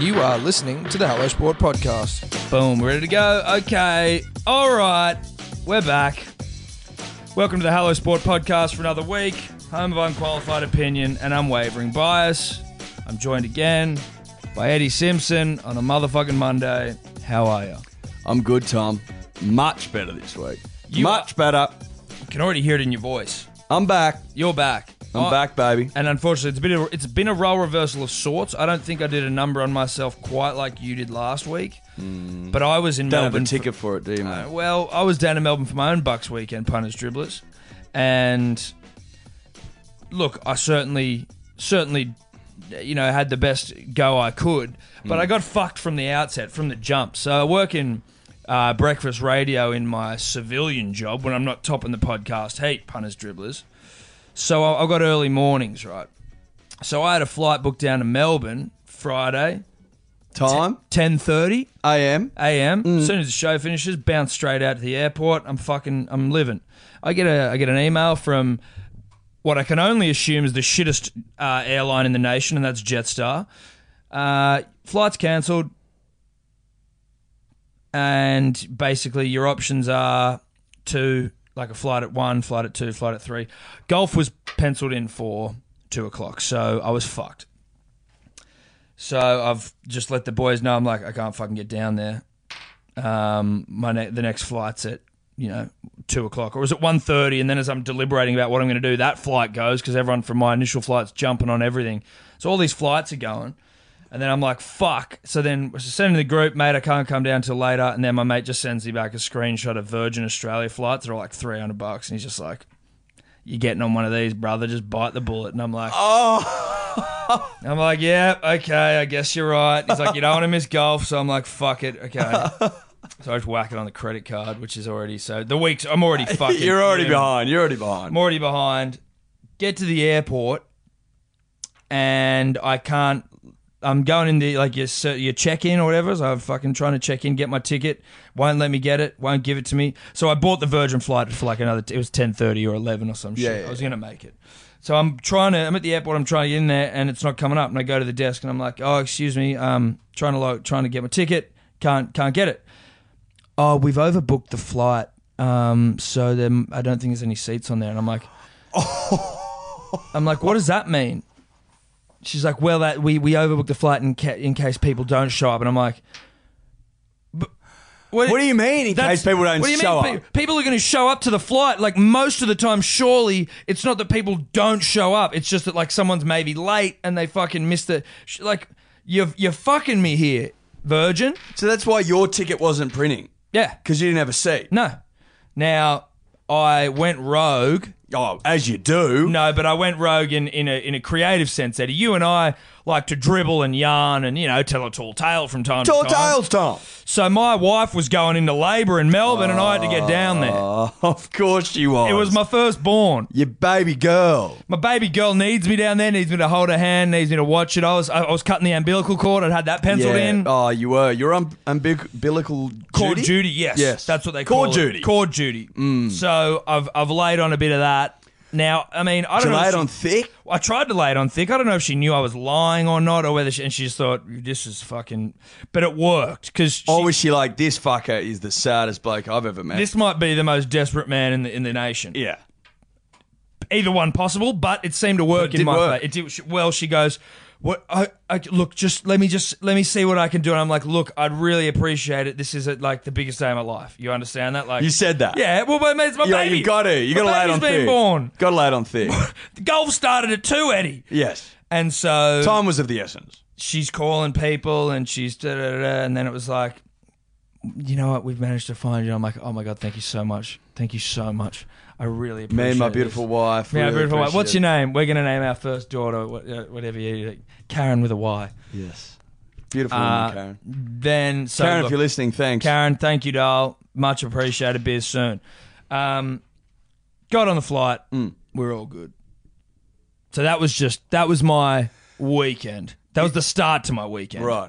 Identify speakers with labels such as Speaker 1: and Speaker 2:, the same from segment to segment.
Speaker 1: You are listening to the Hello Sport Podcast.
Speaker 2: Boom, we're ready to go. Okay, all right, we're back. Welcome to the Hello Sport podcast for another week, home of unqualified opinion and unwavering bias. I'm joined again by Eddie Simpson on a motherfucking Monday. How are you?
Speaker 3: I'm good, Tom. Much better this week.
Speaker 2: You
Speaker 3: Much better.
Speaker 2: You can already hear it in your voice.
Speaker 3: I'm back.
Speaker 2: You're back.
Speaker 3: I'm
Speaker 2: I-
Speaker 3: back, baby.
Speaker 2: And unfortunately, it's been a, it's been a role reversal of sorts. I don't think I did a number on myself quite like you did last week, but I was in
Speaker 3: Don't have
Speaker 2: Melbourne.
Speaker 3: a
Speaker 2: for-
Speaker 3: ticket for it, do you, mate?
Speaker 2: Uh, well, I was down in Melbourne for my own Bucks weekend punters dribblers, and look, I certainly, certainly, you know, had the best go I could, but I got fucked from the outset, from the jump. So I work in uh, breakfast radio in my civilian job when I'm not topping the podcast heat, punters dribblers. So I, I got early mornings, right? So I had a flight booked down to Melbourne Friday,
Speaker 3: Time?
Speaker 2: ten thirty
Speaker 3: AM?
Speaker 2: a.m. As soon as the show finishes, bounce straight out to the airport. I'm fucking, I'm living. I get a, I get an email from what I can only assume is the shittest uh, airline in the nation, and that's Jetstar. Uh, flights cancelled, and basically your options are to like a flight at one, flight at two, flight at three. Golf was penciled in for two o'clock, so I was fucked. So I've just let the boys know I'm like I can't fucking get down there. Um, my ne- the next flight's at you know two o'clock, or is it one thirty? And then as I'm deliberating about what I'm going to do, that flight goes because everyone from my initial flight's jumping on everything. So all these flights are going, and then I'm like fuck. So then I send in the group, mate, I can't come down till later. And then my mate just sends me back a screenshot of Virgin Australia flights. They're all like three hundred bucks, and he's just like. You're getting on one of these, brother. Just bite the bullet, and I'm like,
Speaker 3: Oh,
Speaker 2: I'm like, yeah, okay, I guess you're right. He's like, you don't want to miss golf, so I'm like, fuck it, okay. so I just whack it on the credit card, which is already so the weeks I'm already fucking.
Speaker 3: You're already
Speaker 2: yeah.
Speaker 3: behind. You're already behind.
Speaker 2: I'm already behind. Get to the airport, and I can't. I'm going in the like your cer- your check in or whatever. So I'm fucking trying to check in, get my ticket. Won't let me get it. Won't give it to me. So I bought the Virgin flight for like another. It was ten thirty or eleven or some shit.
Speaker 3: Yeah, yeah,
Speaker 2: I was gonna make it. So I'm trying to. I'm at the airport. I'm trying to get in there, and it's not coming up. And I go to the desk, and I'm like, "Oh, excuse me. Um, trying to like trying to get my ticket. Can't can't get it. Oh, we've overbooked the flight. Um, so then I don't think there's any seats on there. And I'm like, I'm like, what does that mean? She's like, well, that we we overbooked the flight in ca- in case people don't show up, and I'm like, "But
Speaker 3: What do you mean in
Speaker 2: that's-
Speaker 3: case people don't
Speaker 2: what do you
Speaker 3: show
Speaker 2: mean,
Speaker 3: up?
Speaker 2: pe- People are going to show up to the flight. Like most of the time, surely it's not that people don't show up. It's just that like someone's maybe late and they fucking missed the. sh- Like you're you're fucking me here, Virgin.
Speaker 3: So that's why your ticket wasn't printing.
Speaker 2: Yeah.
Speaker 3: Because you didn't have a seat.
Speaker 2: No. Now I went rogue.
Speaker 3: Oh, as you do.
Speaker 2: No, but I went rogue in, in a in a creative sense, Eddie. You and I like to dribble and yarn and, you know, tell a tall tale from time
Speaker 3: Tall
Speaker 2: to time.
Speaker 3: tales, Tom.
Speaker 2: So my wife was going into labour in Melbourne and I had to get down there.
Speaker 3: Oh, of course you are.
Speaker 2: It was my firstborn.
Speaker 3: Your baby girl.
Speaker 2: My baby girl needs me down there, needs me to hold her hand, needs me to watch it. I was I, I was cutting the umbilical cord, I'd had that penciled
Speaker 3: Yeah.
Speaker 2: in.
Speaker 3: Oh, you were. You're um, umbilical
Speaker 2: Cord
Speaker 3: duty?
Speaker 2: duty? yes.
Speaker 3: Yes.
Speaker 2: That's what they call
Speaker 3: Cord Mm.
Speaker 2: it.
Speaker 3: duty.
Speaker 2: Cord duty. So I've I've laid on a bit of that. Now, I mean, I don't
Speaker 3: You
Speaker 2: know. if
Speaker 3: laid
Speaker 2: she-
Speaker 3: on thick.
Speaker 2: I tried to lay it on thick. I don't know if she knew I was lying or not, or whether she, and she just thought this is fucking. But it worked because
Speaker 3: Or was she like, this fucker is the saddest bloke I've ever met?
Speaker 2: this might be the most desperate man in the in the nation.
Speaker 3: yeah.
Speaker 2: Either one possible, but it seemed to work
Speaker 3: It
Speaker 2: in
Speaker 3: did
Speaker 2: my
Speaker 3: work.
Speaker 2: favor. It did. she- Well, she goes, "What? I, I look. Just let me just let me see what I can do." And I'm like, "Look, I'd really appreciate it. This is like the biggest day of my life. You understand that? Like
Speaker 3: You said that.
Speaker 2: Yeah. Well, but it's my
Speaker 3: Yeah,
Speaker 2: baby.
Speaker 3: you got to. You
Speaker 2: My
Speaker 3: got to lay it
Speaker 2: baby's
Speaker 3: on
Speaker 2: been
Speaker 3: thick.
Speaker 2: born.
Speaker 3: Got to lay it on thick.
Speaker 2: The golf started at two, Eddie.
Speaker 3: yes.
Speaker 2: And so
Speaker 3: Time was of the essence.
Speaker 2: she's calling people and she's da da da, da, and then it was like, you know what, we've managed to find you. I'm like, oh my god, thank you so much, thank you so much. I really appreciate
Speaker 3: Me and my
Speaker 2: this.
Speaker 3: beautiful wife.
Speaker 2: Me and my
Speaker 3: really
Speaker 2: beautiful wife.
Speaker 3: appreciate
Speaker 2: What's
Speaker 3: it.
Speaker 2: your name? We're gonna name our first daughter, what- uh, whatever you, Karen with a Y.
Speaker 3: Yes. Beautiful
Speaker 2: Uh,
Speaker 3: woman, Karen.
Speaker 2: Then so
Speaker 3: Karen,
Speaker 2: look-
Speaker 3: if you're listening, thanks.
Speaker 2: Karen, thank you, doll. Much appreciated. Be soon. Um, got on the flight.
Speaker 3: Mm.
Speaker 2: We're all good. So that was just that was my weekend. That was the start to my weekend.
Speaker 3: Right.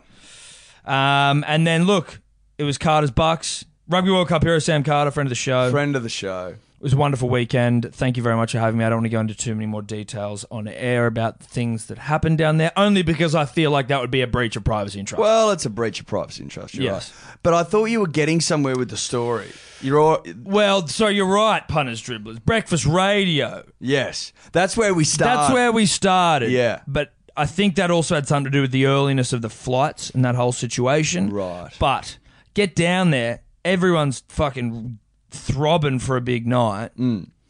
Speaker 2: Um, and then look, it was Carter's Bucks. Rugby World Cup hero Sam Carter, friend of the show.
Speaker 3: Friend of the show.
Speaker 2: was a wonderful weekend. Thank you very much for having me. I don't want to go into too many more details on air about things that happened down there, only because I feel like that would be a breach of privacy and trust.
Speaker 3: Well, it's a breach of privacy and trust. You're
Speaker 2: Yes.
Speaker 3: right. But I thought you were getting somewhere with the story. You're all,
Speaker 2: Well, so you're right, punters, dribblers. Breakfast radio.
Speaker 3: yes, that's where we start.
Speaker 2: That's where we started.
Speaker 3: Yeah.
Speaker 2: But I think that also had something to do with the earliness of the flights and that whole situation.
Speaker 3: Right.
Speaker 2: But get down there. Everyone's fucking throbbing for a big night.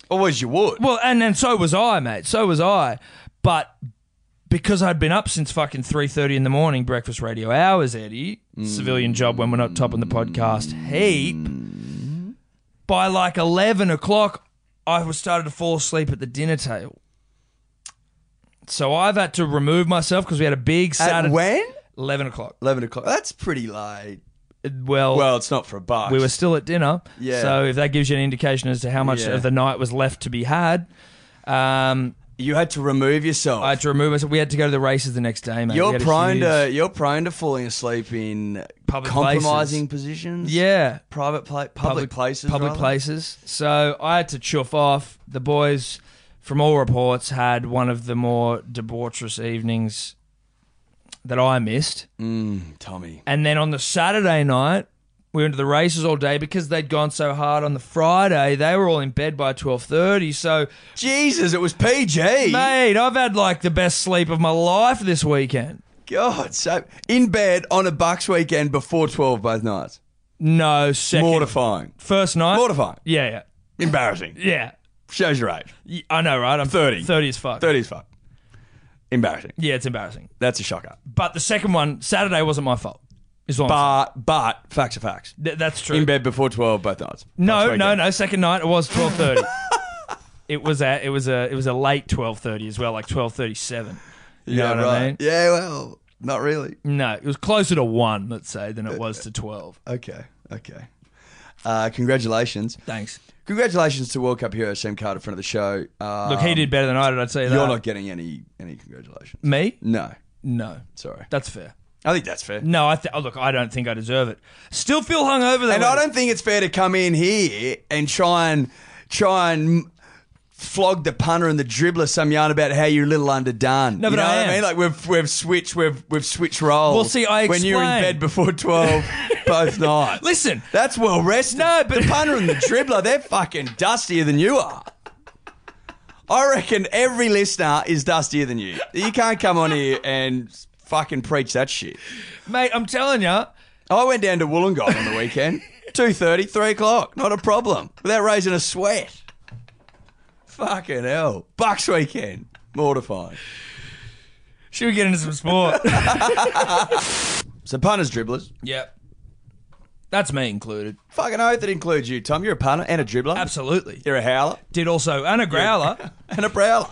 Speaker 3: always you would.
Speaker 2: Well, and and so was I, mate. So was I. But because I'd been up since fucking three thirty in the morning, breakfast radio hours, Eddie, civilian job when we're not topping the podcast heap. By like eleven o'clock, I was started to fall asleep at the dinner table. So I've had to remove myself because we had a big
Speaker 3: At
Speaker 2: Saturday.
Speaker 3: when?
Speaker 2: Eleven o'clock.
Speaker 3: Eleven o'clock. That's pretty late.
Speaker 2: Well,
Speaker 3: Well, it's not for a bar.
Speaker 2: we were still at dinner.
Speaker 3: Yeah.
Speaker 2: So if that gives you an indication as to how much
Speaker 3: Yeah.
Speaker 2: of the night was left to be had, um,
Speaker 3: You had to remove yourself.
Speaker 2: I had to remove myself. We had to go to the races the next day, mate. We
Speaker 3: you're
Speaker 2: had a
Speaker 3: prone to
Speaker 2: huge-
Speaker 3: you're prone to falling asleep in
Speaker 2: Public
Speaker 3: compromising positions.
Speaker 2: yeah,
Speaker 3: private pla- public, places.
Speaker 2: public
Speaker 3: rather.
Speaker 2: places. So I had to chuff off. The boys, from all reports, had one of the more debaucherous evenings that I missed.
Speaker 3: Mm, Tommy.
Speaker 2: And then on the Saturday night, we went to the races all day because they'd gone so hard on the Friday. They were all in bed by twelve thirty. So,
Speaker 3: Jesus, it was PG.
Speaker 2: mate, I've had like the best sleep of my life this weekend.
Speaker 3: God, so in bed on a Bucks weekend before twelve both nights.
Speaker 2: No, second
Speaker 3: Mortifying.
Speaker 2: first night.
Speaker 3: Mortifying.
Speaker 2: yeah, yeah,
Speaker 3: Embarrassing.
Speaker 2: yeah.
Speaker 3: Shows your age.
Speaker 2: Y- I know, right? I'm
Speaker 3: 30.
Speaker 2: 30 as fuck.
Speaker 3: Thirty is fuck. Embarrassing.
Speaker 2: Yeah, it's embarrassing.
Speaker 3: That's a shocker.
Speaker 2: But the second one, Saturday wasn't my fault. Is what I'm saying.
Speaker 3: But but facts are facts.
Speaker 2: Th- that's true.
Speaker 3: In bed before twelve both nights. Bucks
Speaker 2: no,
Speaker 3: weekend.
Speaker 2: no, no. Second night it was 12:30. it was a it was a it was a late 12:30 as well, like 12:37. You
Speaker 3: Yeah,
Speaker 2: know what
Speaker 3: right.
Speaker 2: I mean?
Speaker 3: Yeah, well, not really.
Speaker 2: No, it was closer to 1, let's say, than
Speaker 3: Uh,
Speaker 2: it was to 12.
Speaker 3: Okay, okay. Uh, congratulations.
Speaker 2: Thanks.
Speaker 3: Congratulations to World Cup hero Sam Carter, friend of the show. Uh,
Speaker 2: Look, he did better than I did, I'd say that.
Speaker 3: You're not getting any any congratulations.
Speaker 2: Me?
Speaker 3: No,
Speaker 2: No.
Speaker 3: sorry.
Speaker 2: That's fair.
Speaker 3: I think that's fair.
Speaker 2: No, I th- oh, look, I don't think I deserve it. Still feel hungover though.
Speaker 3: And I don't think it's fair to come in here and try and try and flog the punter and the dribbler some yarn about how you're a little underdone.
Speaker 2: No, but
Speaker 3: you know
Speaker 2: I
Speaker 3: what
Speaker 2: am.
Speaker 3: I mean? Like we've we've switched we've we've switched roles.
Speaker 2: Well, see, I
Speaker 3: when you were in
Speaker 2: explained.
Speaker 3: bed before twelve both nights.
Speaker 2: Listen,
Speaker 3: That's well rested. No, but the punter and the dribbler, they're fucking dustier than you are. I reckon every listener is dustier than you. You can't come on here and fucking preach that shit.
Speaker 2: mate, I'm telling you,
Speaker 3: I went down to Wollongong on the weekend, 2.30, 3 o'clock, not a problem, without raising a sweat. Fucking hell. Bucks weekend. Mortifying.
Speaker 2: should we get into some sport?
Speaker 3: So punters, dribblers.
Speaker 2: Yep. That's me included.
Speaker 3: Fucking oath that includes you, Tom. You're a punter and a dribbler.
Speaker 2: Absolutely.
Speaker 3: You're a howler.
Speaker 2: Did also, and a growler.
Speaker 3: and a prowler.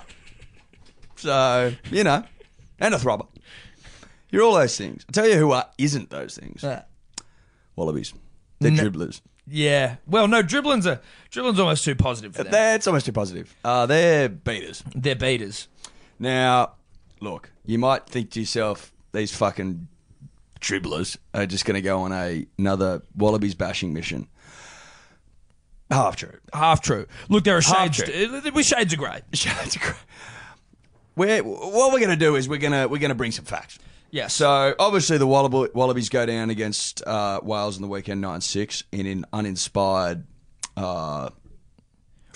Speaker 3: So, you know, and a throbber. You're all those things. I'll tell you who are, isn't those things.
Speaker 2: Yeah.
Speaker 3: Wallabies. They're
Speaker 2: No.
Speaker 3: dribblers.
Speaker 2: Yeah. Well, no, dribbling's a dribbling's almost too positive for them. They're,
Speaker 3: That's almost too positive. Uh, they're beaters.
Speaker 2: beaters.
Speaker 3: Now, look, you might think to yourself, these fucking dribblers are just going to go on a, another Wallabies bashing mission. Half true.
Speaker 2: Half true. Look, there are
Speaker 3: Half
Speaker 2: shades. uh, We shades are grey.
Speaker 3: It's cr- We're, what we're going to do is we're going to we're going to bring some facts.
Speaker 2: Yeah. So
Speaker 3: So obviously the Wallaby, Wallabies go down against uh, Wales in the weekend nine six in an uninspired. Uh,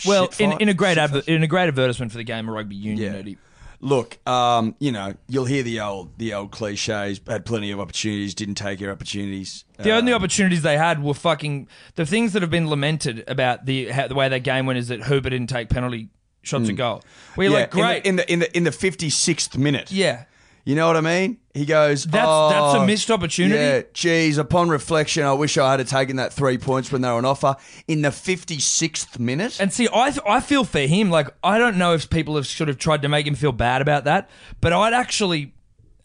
Speaker 2: well,
Speaker 3: shit
Speaker 2: in,
Speaker 3: fight.
Speaker 2: in a great
Speaker 3: Shit
Speaker 2: adver-
Speaker 3: fight.
Speaker 2: in a great advertisement for the game of rugby union,
Speaker 3: Yeah.
Speaker 2: Eddie.
Speaker 3: Look, um, you know, you'll hear the old the old cliches. Had plenty of opportunities, didn't take your opportunities.
Speaker 2: The
Speaker 3: Uh,
Speaker 2: only opportunities they had were fucking the things that have been lamented about the how, the way that game went is that Hooper didn't take penalty shots at goal. We're
Speaker 3: Mm. yeah,
Speaker 2: like, great,
Speaker 3: in the in the in the fifty sixth minute.
Speaker 2: yeah,
Speaker 3: You know what I mean? He goes,
Speaker 2: That's- that's a
Speaker 3: "Oh,
Speaker 2: missed opportunity."
Speaker 3: Yeah, geez, upon reflection, I wish I had taken that three points when they were on offer in the 56th minute.
Speaker 2: And see, I I feel for him. Like I don't know if people have sort of tried to make him feel bad about that, but I'd actually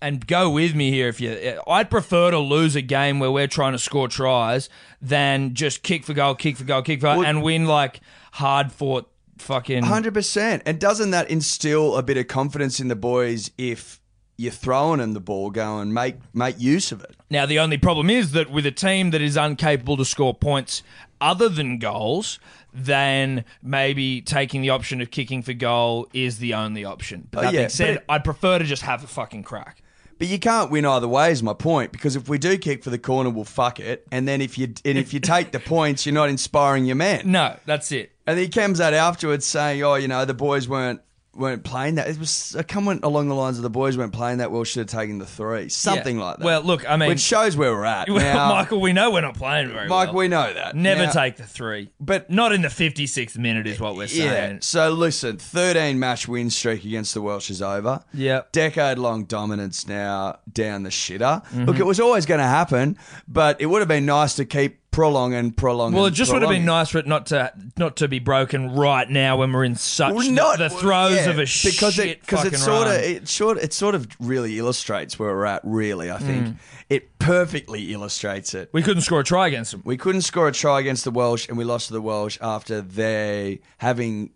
Speaker 2: and go with me here if you. I'd prefer to lose a game where we're trying to score tries than just kick for goal, kick for goal, kick for goal, and win like hard fought fucking.
Speaker 3: Hundred percent. And doesn't that instill a bit of confidence in the boys if you're throwing him the ball, going make make use of it.
Speaker 2: Now, the only problem is that with a team that is incapable to score points other than goals, then maybe taking the option of kicking for goal is the only option. But
Speaker 3: Oh,
Speaker 2: that
Speaker 3: yeah,
Speaker 2: being said,
Speaker 3: but it-
Speaker 2: I'd prefer to just have a fucking crack.
Speaker 3: But you can't win either way, is my point. Because if we do kick for the corner, we'll fuck it. And then if you and if you take the points, you're not inspiring your man.
Speaker 2: No, that's it.
Speaker 3: And he comes out afterwards saying, "Oh, you know, the boys weren't weren't playing that. It was a comment along the lines of the boys weren't playing that well. Should have taken the three, something
Speaker 2: Yeah.
Speaker 3: like that.
Speaker 2: Well, look, I mean-
Speaker 3: which shows where we're at.
Speaker 2: Well,
Speaker 3: now, Mike,
Speaker 2: Michael, we know we're not playing very well.
Speaker 3: we know that.
Speaker 2: Never
Speaker 3: Now-
Speaker 2: take the three.
Speaker 3: but-
Speaker 2: not in the 56th minute is what we're
Speaker 3: Yeah.
Speaker 2: saying.
Speaker 3: So listen, 13 match win streak against the Welsh is over.
Speaker 2: Yep.
Speaker 3: Decade long dominance now down the shitter.
Speaker 2: Mm-hmm.
Speaker 3: Look, it was always going to happen, but it would have been nice to keep prolonging, prolonging.
Speaker 2: Well, it just would have been
Speaker 3: prolonging.
Speaker 2: nice for it not to not to be broken right now when we're in such
Speaker 3: Well,
Speaker 2: the-
Speaker 3: not-
Speaker 2: the throes
Speaker 3: yeah,
Speaker 2: of a shit
Speaker 3: because it because
Speaker 2: fucking
Speaker 3: it sort
Speaker 2: run.
Speaker 3: of it sort it sort of really illustrates where we're at. Really, I think
Speaker 2: Mm.
Speaker 3: it perfectly illustrates it.
Speaker 2: we couldn't score a try against them.
Speaker 3: We couldn't score a try against the Welsh, and we lost to the Welsh after they having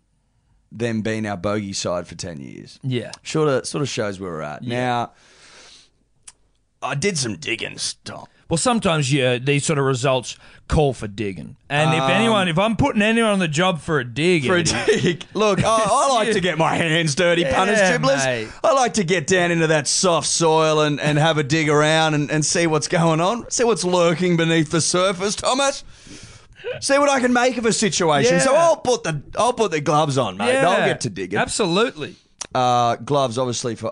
Speaker 3: them been our bogey side for ten years.
Speaker 2: Yeah.
Speaker 3: sort of sort of shows where we're at now. I did some digging, stop.
Speaker 2: Well, sometimes yeah, these sort of results call for digging. And if anyone, if I'm putting anyone on the job for a dig,
Speaker 3: Um, For a
Speaker 2: Eddie,
Speaker 3: dig. Look, I, I like to get my hands dirty, punters,
Speaker 2: Yeah,
Speaker 3: dribblers.
Speaker 2: mate.
Speaker 3: I like to get down into that soft soil and, and have a dig around and, and see what's going on, see what's lurking beneath the surface, Thomas. See what I can make of a situation. So
Speaker 2: Yeah.
Speaker 3: I'll put the I'll put the gloves on, mate.
Speaker 2: yeah,
Speaker 3: I'll get to digging.
Speaker 2: Absolutely.
Speaker 3: Uh, gloves, obviously, for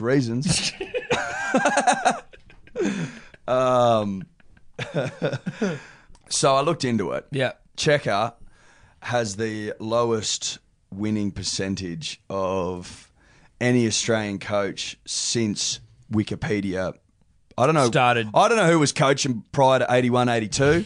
Speaker 3: reasons. um, so I looked into it.
Speaker 2: Yeah.
Speaker 3: Checker has the lowest winning percentage of any Australian coach since Wikipedia. I don't know.
Speaker 2: Started.
Speaker 3: I don't know who was coaching prior to 81, 82.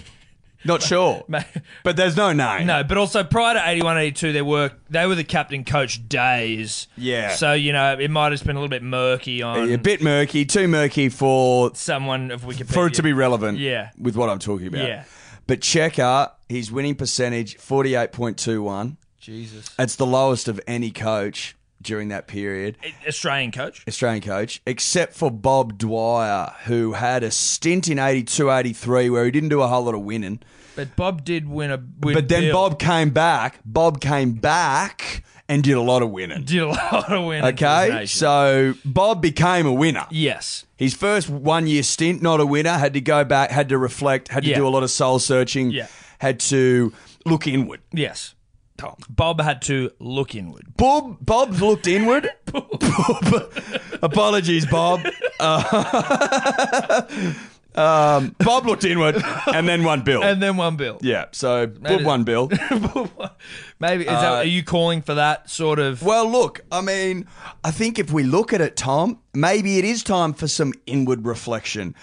Speaker 3: Not sure. but there's no name.
Speaker 2: No, but also prior to 81, 82, there were they were the captain coach days.
Speaker 3: Yeah.
Speaker 2: So you know it might have been a little bit murky on
Speaker 3: A bit murky, too murky for
Speaker 2: someone of Wikipedia
Speaker 3: for it to be relevant
Speaker 2: Yeah.
Speaker 3: with what I'm talking about.
Speaker 2: Yeah.
Speaker 3: But Checker, his winning percentage, 48.21.
Speaker 2: Jesus
Speaker 3: It's the lowest of any coach during that period,
Speaker 2: Australian coach.
Speaker 3: Australian coach, except for Bob Dwyer, who had a stint in 82 83 where he didn't do a whole lot of winning.
Speaker 2: But Bob did win a. Win
Speaker 3: But then
Speaker 2: Bill.
Speaker 3: Bob came back. Bob came back and did a lot of winning.
Speaker 2: did a lot of winning. for the
Speaker 3: Okay,
Speaker 2: nation.
Speaker 3: so Bob became a winner.
Speaker 2: yes,
Speaker 3: His first one year stint, not a winner, had to go back, had to reflect, had to
Speaker 2: Yeah.
Speaker 3: do a lot of soul searching,
Speaker 2: Yeah.
Speaker 3: had to look inward.
Speaker 2: yes.
Speaker 3: Tom.
Speaker 2: Bob had to look inward.
Speaker 3: Bob, Bob looked inward. Bob. Apologies, Bob. Uh, um, Bob looked inward and then won Bill.
Speaker 2: And then one bill.
Speaker 3: yeah, so Bob
Speaker 2: it-
Speaker 3: won Bill.
Speaker 2: Maybe is
Speaker 3: Uh,
Speaker 2: that, are you calling for that sort of?
Speaker 3: Well, look, I mean, I think if we look at it, Tom, maybe it is time for some inward reflection.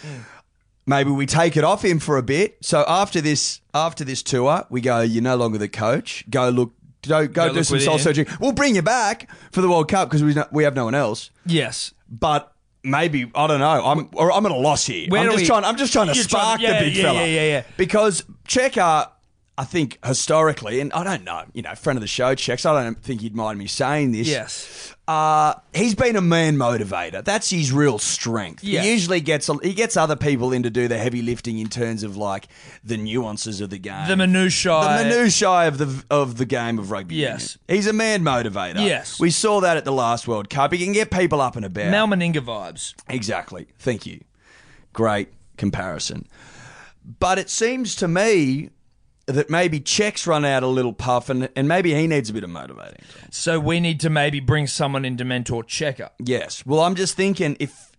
Speaker 3: Maybe we take it off him for a bit. So after this, after this tour, we go. You're no longer the coach. Go look. Go, go, do
Speaker 2: look
Speaker 3: some soul
Speaker 2: within.
Speaker 3: searching. We'll bring you back for the World Cup because we no, we have no one else.
Speaker 2: yes.
Speaker 3: But maybe I don't know. I'm or I'm at a loss here.
Speaker 2: Where
Speaker 3: I'm
Speaker 2: do
Speaker 3: just
Speaker 2: we-
Speaker 3: trying. I'm just trying to
Speaker 2: You're trying
Speaker 3: spark
Speaker 2: to- yeah,
Speaker 3: the big
Speaker 2: yeah,
Speaker 3: fella.
Speaker 2: yeah, yeah, yeah.
Speaker 3: Because Checker, I think historically, and I don't know, you know, friend of the show, Checks. I don't think he'd mind me saying this.
Speaker 2: Yes.
Speaker 3: Uh, he's been a man motivator. That's his real strength.
Speaker 2: Yeah.
Speaker 3: He usually gets a, he gets other people in to do the heavy lifting in terms of like the nuances of the game,
Speaker 2: The minutiae.
Speaker 3: the minutiae of the of the game of rugby.
Speaker 2: Yes.
Speaker 3: union. he's a man motivator.
Speaker 2: Yes.
Speaker 3: we saw that at the last World Cup. He can get people up and about.
Speaker 2: Mal Meninga vibes.
Speaker 3: Exactly. Thank you. Great comparison. But it seems to me that maybe checks run out a little puff and, and maybe he needs a bit of motivating.
Speaker 2: So we need to maybe bring someone in to mentor Checker.
Speaker 3: Yes. Well, I'm just thinking if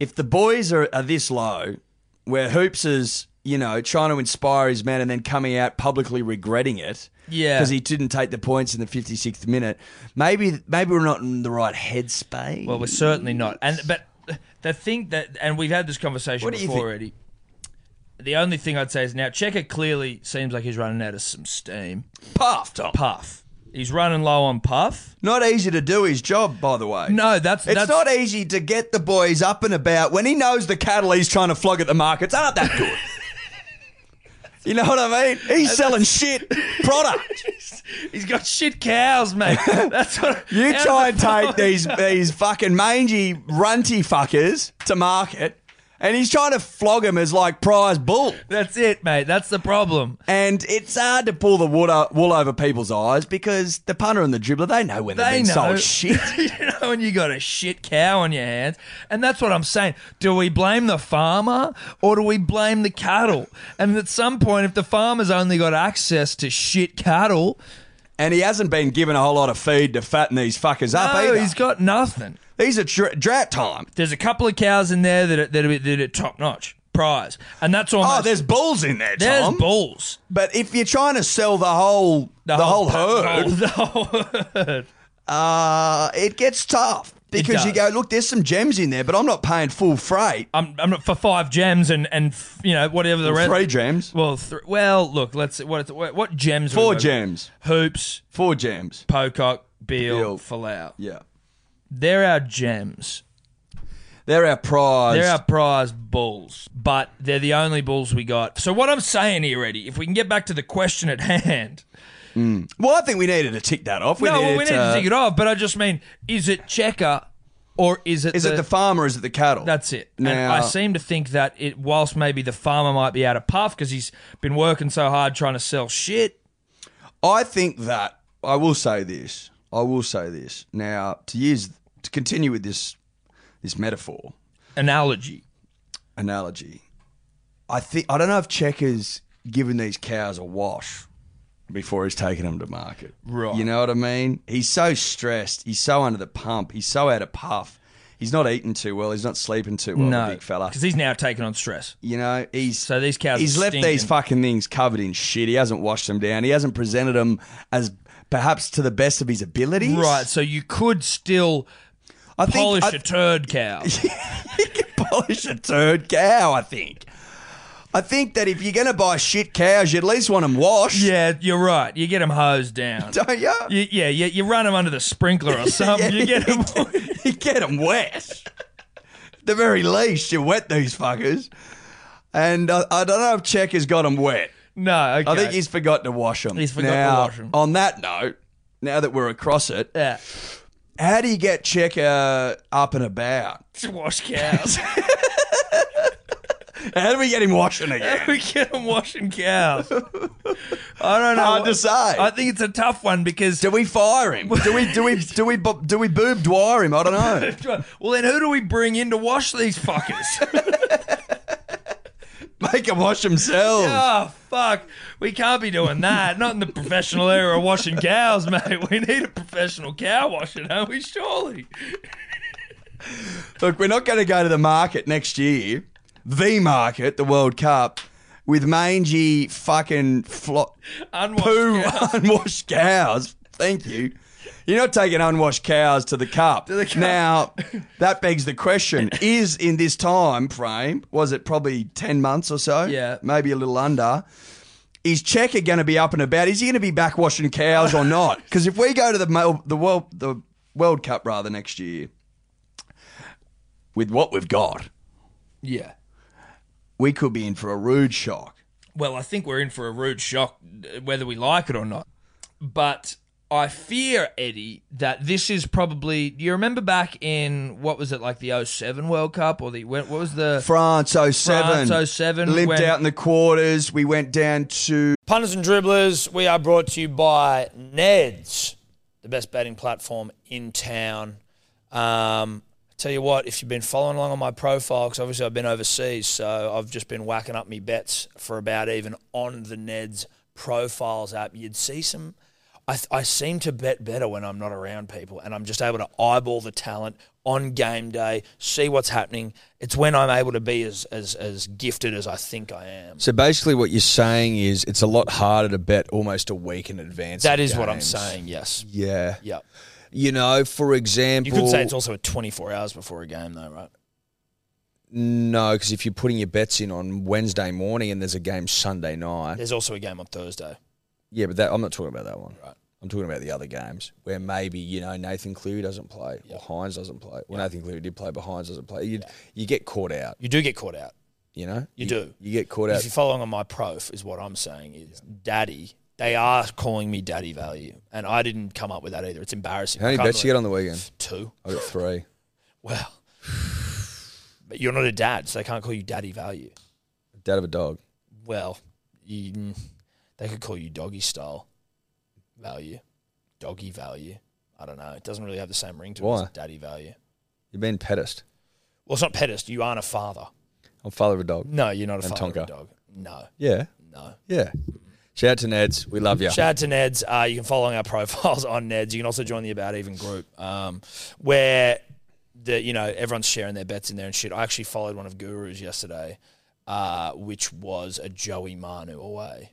Speaker 3: if the boys are, are this low, where Hoops is, you know, trying to inspire his men and then coming out publicly regretting it.
Speaker 2: Yeah.
Speaker 3: Because he didn't take the points in the 56th minute. Maybe maybe we're not in the right headspace.
Speaker 2: Well, we're certainly not. And but the thing that, and we've had this conversation
Speaker 3: What do you
Speaker 2: before
Speaker 3: think?
Speaker 2: already. The only thing I'd say is now Checker clearly seems like he's running out of some steam.
Speaker 3: puffed. Tom.
Speaker 2: Puff. He's running low on puff.
Speaker 3: Not easy to do his job, by the way.
Speaker 2: No, that's
Speaker 3: It's
Speaker 2: that's
Speaker 3: not easy to get the boys up and about when he knows the cattle he's trying to flog at the markets aren't that good. You know what I mean? He's selling shit product.
Speaker 2: He's got shit cows, mate. That's what
Speaker 3: You
Speaker 2: out of
Speaker 3: try
Speaker 2: the
Speaker 3: and take
Speaker 2: farm.
Speaker 3: these these fucking mangy runty fuckers to market, and he's trying to flog them as like prize bull.
Speaker 2: That's it, mate. That's the problem.
Speaker 3: And it's hard to pull the wood o- wool over people's eyes because the punter and the dribbler they know when they've
Speaker 2: They
Speaker 3: been
Speaker 2: know.
Speaker 3: sold shit.
Speaker 2: you know, and you got a shit cow on your hands. And that's what I'm saying. Do we blame the farmer or do we blame the cattle? And at some point, if the farmer's only got access to shit cattle,
Speaker 3: And he hasn't been given a whole lot of feed to fatten these fuckers up
Speaker 2: no,
Speaker 3: either.
Speaker 2: he's got nothing.
Speaker 3: These are dra- drought time.
Speaker 2: There's a couple of cows in there that are, that are, that are top notch prize, and that's almost
Speaker 3: Oh, there's bulls in there,
Speaker 2: there's
Speaker 3: Tom.
Speaker 2: bulls.
Speaker 3: but if you're trying to sell the whole the, whole, herd,
Speaker 2: The whole, the whole herd.
Speaker 3: uh, it gets tough because you go,
Speaker 2: does.
Speaker 3: look, there's some gems in there, but I'm not paying full freight.
Speaker 2: I'm, I'm not for five gems and and f- you know whatever the rest.
Speaker 3: Three gems,
Speaker 2: Well, th- well, look. Let's what what, what gems? are we
Speaker 3: four
Speaker 2: working-
Speaker 3: gems,
Speaker 2: Hoops,
Speaker 3: four gems.
Speaker 2: Pocock, Beal,
Speaker 3: Beal.
Speaker 2: Falau.
Speaker 3: Yeah,
Speaker 2: They're our gems.
Speaker 3: they're our prize.
Speaker 2: They're our prize bulls, but they're the only bulls we got. So what I'm saying here, Eddie, if we can get back to the question at hand.
Speaker 3: well, I think we needed to tick that off. We
Speaker 2: no,
Speaker 3: needed,
Speaker 2: well, we need to
Speaker 3: uh,
Speaker 2: take it off, but I just mean, is it checker or is it
Speaker 3: Is it the farmer? or Is it the cattle?
Speaker 2: That's it. and
Speaker 3: Now-
Speaker 2: I seem to think that it, whilst maybe the farmer might be out of puff because he's been working so hard trying to sell shit.
Speaker 3: I think that I will say this. I will say this. Now, to use to continue with this this metaphor
Speaker 2: Analogy.
Speaker 3: analogy, I think I don't know if Checker's given these cows a wash before he's taken them to market.
Speaker 2: Right.
Speaker 3: You know what I mean? He's so stressed. He's so under the pump. He's so out of puff. He's not eating too well. He's not sleeping too well.
Speaker 2: no,
Speaker 3: the big fella.
Speaker 2: because he's now taking on stress.
Speaker 3: You know, he's
Speaker 2: So these cows.
Speaker 3: he's
Speaker 2: are
Speaker 3: left
Speaker 2: stinking.
Speaker 3: these fucking things covered in shit. He hasn't washed them down. He hasn't presented them as perhaps to the best of his abilities.
Speaker 2: Right, so you could still
Speaker 3: I
Speaker 2: polish
Speaker 3: I,
Speaker 2: a turd cow.
Speaker 3: polish a turd cow. I think. I think that if you're going to buy shit cows, you at least want them washed.
Speaker 2: yeah, you're right. You get them hosed down.
Speaker 3: Don't you?
Speaker 2: You, yeah, you, you run them under the sprinkler or something. um, you get them.
Speaker 3: you get them wet. At the very least, you wet these fuckers. And I, I don't know if Check has got them wet.
Speaker 2: no, okay.
Speaker 3: I think he's forgot to wash them.
Speaker 2: He's forgot to
Speaker 3: now,
Speaker 2: wash 'em.
Speaker 3: On that note, now that we're across it,
Speaker 2: yeah.
Speaker 3: How do you get Checker up and about?
Speaker 2: To wash cows.
Speaker 3: How do we get him washing
Speaker 2: How
Speaker 3: again?
Speaker 2: do we get them washing cows? I don't know.
Speaker 3: Hard to say.
Speaker 2: I think it's a tough one because.
Speaker 3: do we fire him? Do we do we do we bo- do we boob dwyer him? I don't know.
Speaker 2: well, then who do we bring in to wash these fuckers?
Speaker 3: Make him wash themselves.
Speaker 2: oh, fuck. We can't be doing that. Not in the professional era of washing cows, mate. We need a professional cow washer, don't we? Surely.
Speaker 3: Look, we're not going to go to the market next year, the market, the World Cup, with mangy fucking flop
Speaker 2: Unwashed
Speaker 3: poo
Speaker 2: cows.
Speaker 3: unwashed cows. Thank you. You're not taking unwashed cows to the cup.
Speaker 2: the cup.
Speaker 3: Now, that begs the question: Is in this time frame, was it probably ten months or so?
Speaker 2: Yeah.
Speaker 3: maybe a little under. Is Checker going to be up and about? Is he going to be back washing cows or not? Because if we go to the Mel- the world the World Cup rather next year, with what we've got,
Speaker 2: Yeah.
Speaker 3: we could be in for a rude shock.
Speaker 2: Well, I think we're in for a rude shock, uh, whether we like it or not. But I fear, Eddie, that this is probably. Do you remember back in what was it like the 07 World Cup or the when- what was the
Speaker 3: France 07.
Speaker 2: France 07,
Speaker 3: Limped
Speaker 2: when-
Speaker 3: out in the quarters. We went down to
Speaker 2: punters and dribblers? We are brought to you by Neds, the best betting platform in town. Um, I tell you what, if you've been following along on my profile, because obviously I've been overseas, so I've just been whacking up me bets for about even on the Neds profiles app. You'd see some. I, I seem to bet better when I'm not around people and I'm just able to eyeball the talent on game day, see what's happening. It's when I'm able to be as, as, as gifted as I think I am.
Speaker 4: So basically, what you're saying is it's a lot harder to bet almost a week in advance.
Speaker 2: That
Speaker 4: of
Speaker 2: is what I'm
Speaker 4: games.
Speaker 2: saying, yes.
Speaker 4: Yeah.
Speaker 2: Yeah.
Speaker 4: You know, for
Speaker 2: You
Speaker 4: example,
Speaker 2: could say it's also a 24 hours before a game, though, right?
Speaker 4: no, because if you're putting your bets in on Wednesday morning and there's a game Sunday night,
Speaker 2: There's also a game on Thursday.
Speaker 4: yeah, but that, I'm not talking about that one. Right. I'm talking about the other games where maybe you know Nathan Cleary doesn't play or Hines doesn't play. Well, Nathan Cleary did play, but Hines doesn't play. You you get caught out.
Speaker 2: You do get caught out.
Speaker 3: You know,
Speaker 5: You do.
Speaker 3: You get caught
Speaker 5: If
Speaker 3: out.
Speaker 5: you're following on my prof, is what I'm saying is daddy. They are calling me daddy value, and I didn't come up with that either. It's embarrassing.
Speaker 3: How
Speaker 5: I
Speaker 3: many
Speaker 5: can't
Speaker 3: bets you get
Speaker 5: believe-
Speaker 3: on the weekend?
Speaker 5: Two.
Speaker 3: I got three.
Speaker 5: Well, but you're not a dad, so they can't call you daddy value.
Speaker 3: Dad of a dog.
Speaker 5: Well, you, mm, they could call you doggy style value, doggy value. I don't know. It doesn't really have the same ring to it
Speaker 3: Why?
Speaker 5: as daddy value.
Speaker 3: You've been pedest.
Speaker 5: Well, it's not pedest. You aren't a father.
Speaker 3: I'm father of a dog.
Speaker 5: No, you're not a
Speaker 3: And
Speaker 5: father
Speaker 3: Tonka.
Speaker 5: of a dog. No,
Speaker 3: Yeah,
Speaker 5: no.
Speaker 3: yeah. Shout out to Neds. We love you.
Speaker 5: Shout out to Neds. Uh, you can follow our profiles on Neds. You can also join the About Even group, um, where the you know everyone's sharing their bets in there and shit. I actually followed one of Guru's yesterday, uh, which was a Joey Manu away.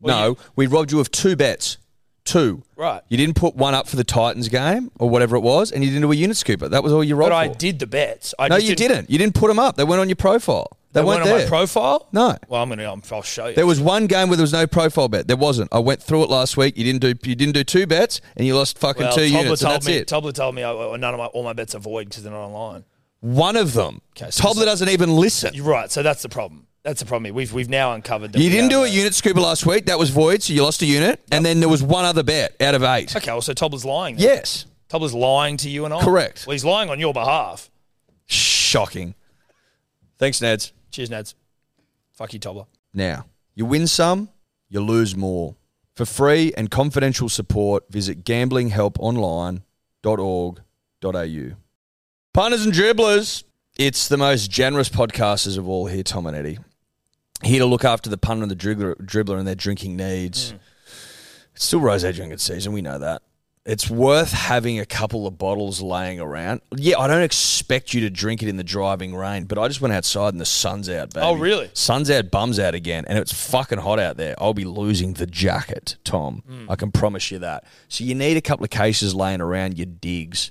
Speaker 3: no, we robbed you of two bets. Two.
Speaker 5: Right.
Speaker 3: You didn't put one up for the Titans game or whatever it was, and you didn't do a unit scooper. That was all you robbed
Speaker 5: But I
Speaker 3: for.
Speaker 5: did the bets. I
Speaker 3: no,
Speaker 5: just
Speaker 3: you didn't. You didn't put them up. They weren't on your profile. They,
Speaker 5: They weren't
Speaker 3: weren't
Speaker 5: on
Speaker 3: there.
Speaker 5: my profile.
Speaker 3: No.
Speaker 5: Well, I'm gonna. I'm, I'll show you.
Speaker 3: There was one game where there was no profile bet. There wasn't. I went through it last week. You didn't do. You dn't do two bets, and you lost fucking
Speaker 5: well,
Speaker 3: two
Speaker 5: Tobler
Speaker 3: units. and
Speaker 5: told
Speaker 3: that's
Speaker 5: me.
Speaker 3: it.
Speaker 5: Tobler told me I, none of my all my bets are void because they're not online.
Speaker 3: one of them.
Speaker 5: Okay, so
Speaker 3: Tobler
Speaker 5: it's-
Speaker 3: doesn't even listen.
Speaker 5: You're right. So that's the problem. That's the problem. here. We've we've now uncovered. That
Speaker 3: You
Speaker 5: we
Speaker 3: didn't do
Speaker 5: are
Speaker 3: a
Speaker 5: the-
Speaker 3: unit scooper last week. That was void, so you lost a unit. And then there was one other bet out of eight.
Speaker 5: Okay. Well, so Tobler's lying. Then.
Speaker 3: Yes.
Speaker 5: Tobler's lying to you and I.
Speaker 3: Correct.
Speaker 5: Well, he's lying on your behalf.
Speaker 3: Shocking. Thanks, Neds.
Speaker 5: Cheers, Nads. Fuck you, Tobler.
Speaker 3: Now, you win some, you lose more. For free and confidential support, visit gamblinghelponline.org.au. Punters and dribblers, it's the most generous podcasters of all here, Tom and Eddie. Here to look after the punter and the dribbler, dribbler and their drinking needs.
Speaker 5: Hmm.
Speaker 3: It's still rosé drinking season, we know that. It's worth having a couple of bottles laying around. Yeah, I don't expect you to drink it in the driving rain, but I just went outside and the sun's out, baby.
Speaker 5: Oh, really?
Speaker 3: Sun's out, bums out again, and it's fucking hot out there. I'll be losing the jacket, Tom.
Speaker 5: Hmm.
Speaker 3: I can promise you that. So you need a couple of cases laying around your digs.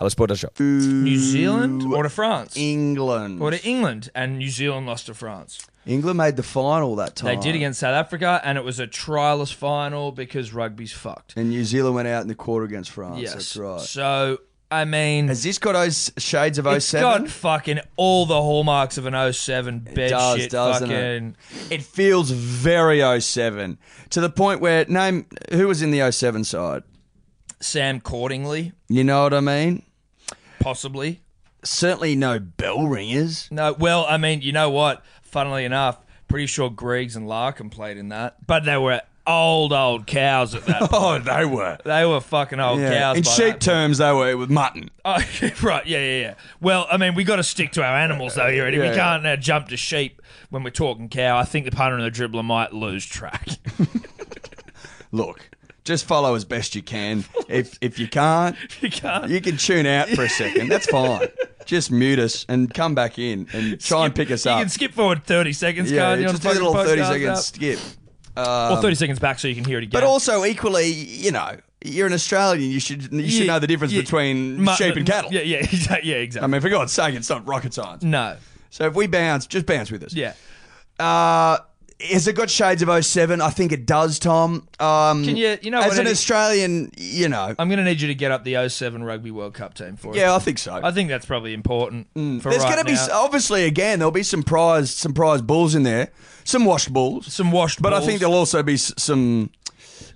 Speaker 3: Hellosport.shop.
Speaker 2: New Zealand or to France
Speaker 6: England.
Speaker 2: or to England, and New Zealand lost to France.
Speaker 6: England made the final that
Speaker 2: They
Speaker 6: time.
Speaker 2: did against South Africa, and it was a trialless final because rugby's fucked.
Speaker 6: And New Zealand went out in the quarter against France.
Speaker 2: yes,
Speaker 6: That's right.
Speaker 2: So I mean,
Speaker 6: Has this got those shades of
Speaker 2: It's
Speaker 6: 07?
Speaker 2: got fucking all the hallmarks of an 07 bed
Speaker 6: does,
Speaker 2: shit.
Speaker 6: doesn't it?
Speaker 2: fucking
Speaker 6: It feels very 07 to the point where name who was in the 07 side.
Speaker 2: Sam Cordingley,
Speaker 6: You know what I mean?
Speaker 2: possibly.
Speaker 6: Certainly no bell ringers.
Speaker 2: No, well, I mean, you know what? Funnily enough, pretty sure Griggs and Larkin played in that, but they were old, old cows at that. point.
Speaker 6: Oh, they were.
Speaker 2: They were fucking old
Speaker 6: Yeah.
Speaker 2: cows.
Speaker 6: In
Speaker 2: by
Speaker 6: sheep
Speaker 2: that
Speaker 6: terms, they were with mutton.
Speaker 2: Oh, right, yeah, yeah, yeah. Well, I mean, we got to stick to our animals though here, Eddie. we
Speaker 6: Yeah, yeah.
Speaker 2: can't uh, jump to sheep when we're talking cow. I think the punter and the dribbler might lose track.
Speaker 6: Look, just follow as best you can. If if you can't,
Speaker 2: you can't.
Speaker 6: you can tune out for a second. That's fine. Just mute us and come back in and try and pick us
Speaker 2: You
Speaker 6: up.
Speaker 2: can skip forward 30 seconds,
Speaker 6: yeah,
Speaker 2: can't you? on
Speaker 6: just
Speaker 2: the
Speaker 6: a little
Speaker 2: fucking
Speaker 6: thirty
Speaker 2: podcast
Speaker 6: second
Speaker 2: app?
Speaker 6: skip.
Speaker 2: or 30 seconds back so you can hear it again.
Speaker 6: But also equally, you know, you're an Australian. You should you should
Speaker 2: Yeah,
Speaker 6: know the difference
Speaker 2: yeah.
Speaker 6: between
Speaker 2: Mu-
Speaker 6: sheep and cattle. Um,
Speaker 2: Yeah, yeah, exactly. Yeah, exactly.
Speaker 6: I mean, for God's sake, it's not rocket science.
Speaker 2: no.
Speaker 6: So if we bounce, just bounce with us.
Speaker 2: Mm. Yeah.
Speaker 6: Uh, has it got shades of 07? I think it does, Tom. Um,
Speaker 2: Can you- you know
Speaker 6: as
Speaker 2: what,
Speaker 6: an
Speaker 2: Eddie-
Speaker 6: Australian, you know,
Speaker 2: I'm going to need you to get up the 07 Rugby World Cup team for us.
Speaker 6: yeah, I think so.
Speaker 2: I think that's probably important for
Speaker 6: There's
Speaker 2: right
Speaker 6: going to be
Speaker 2: now.
Speaker 6: obviously again there'll be some prize some prize bulls in there, some washed bulls,
Speaker 2: some washed
Speaker 6: but I
Speaker 2: bulls,
Speaker 6: think there'll also be s- some,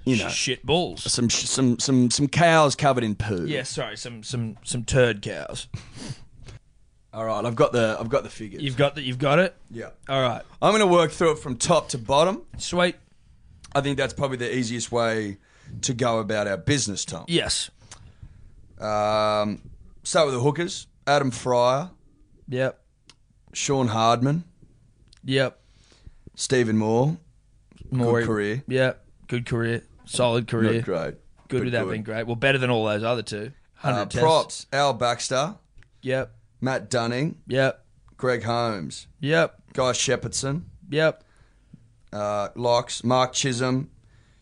Speaker 6: you know,
Speaker 2: shit balls.
Speaker 6: some sh- some some some cows covered in poo.
Speaker 2: Yeah, sorry, some some some turd cows.
Speaker 3: All right, I've got the I've got the figures.
Speaker 2: You've got that. You've got it.
Speaker 3: yeah.
Speaker 2: All right.
Speaker 3: I'm going to work through it from top to bottom.
Speaker 2: Sweet.
Speaker 3: I think that's probably the easiest way to go about our business, Tom.
Speaker 2: Yes.
Speaker 3: Um, start with the hookers: Adam Fryer,
Speaker 2: Yep.
Speaker 3: Sean Hardman,
Speaker 2: Yep.
Speaker 3: Stephen Moore.
Speaker 2: Morey.
Speaker 3: career.
Speaker 2: Yep. Good career. Solid
Speaker 3: Not
Speaker 2: career.
Speaker 3: great.
Speaker 2: Good
Speaker 3: but
Speaker 2: without being great. Well, better than all those other two. Hundred
Speaker 3: Uh,
Speaker 2: tests.
Speaker 3: props: Al Baxter,
Speaker 2: Yep.
Speaker 3: Matt Dunning,
Speaker 2: Yep.
Speaker 3: Greg Holmes,
Speaker 2: Yep.
Speaker 3: Guy Shepherdson,
Speaker 2: Yep.
Speaker 3: uh, Locks, Mark Chisholm,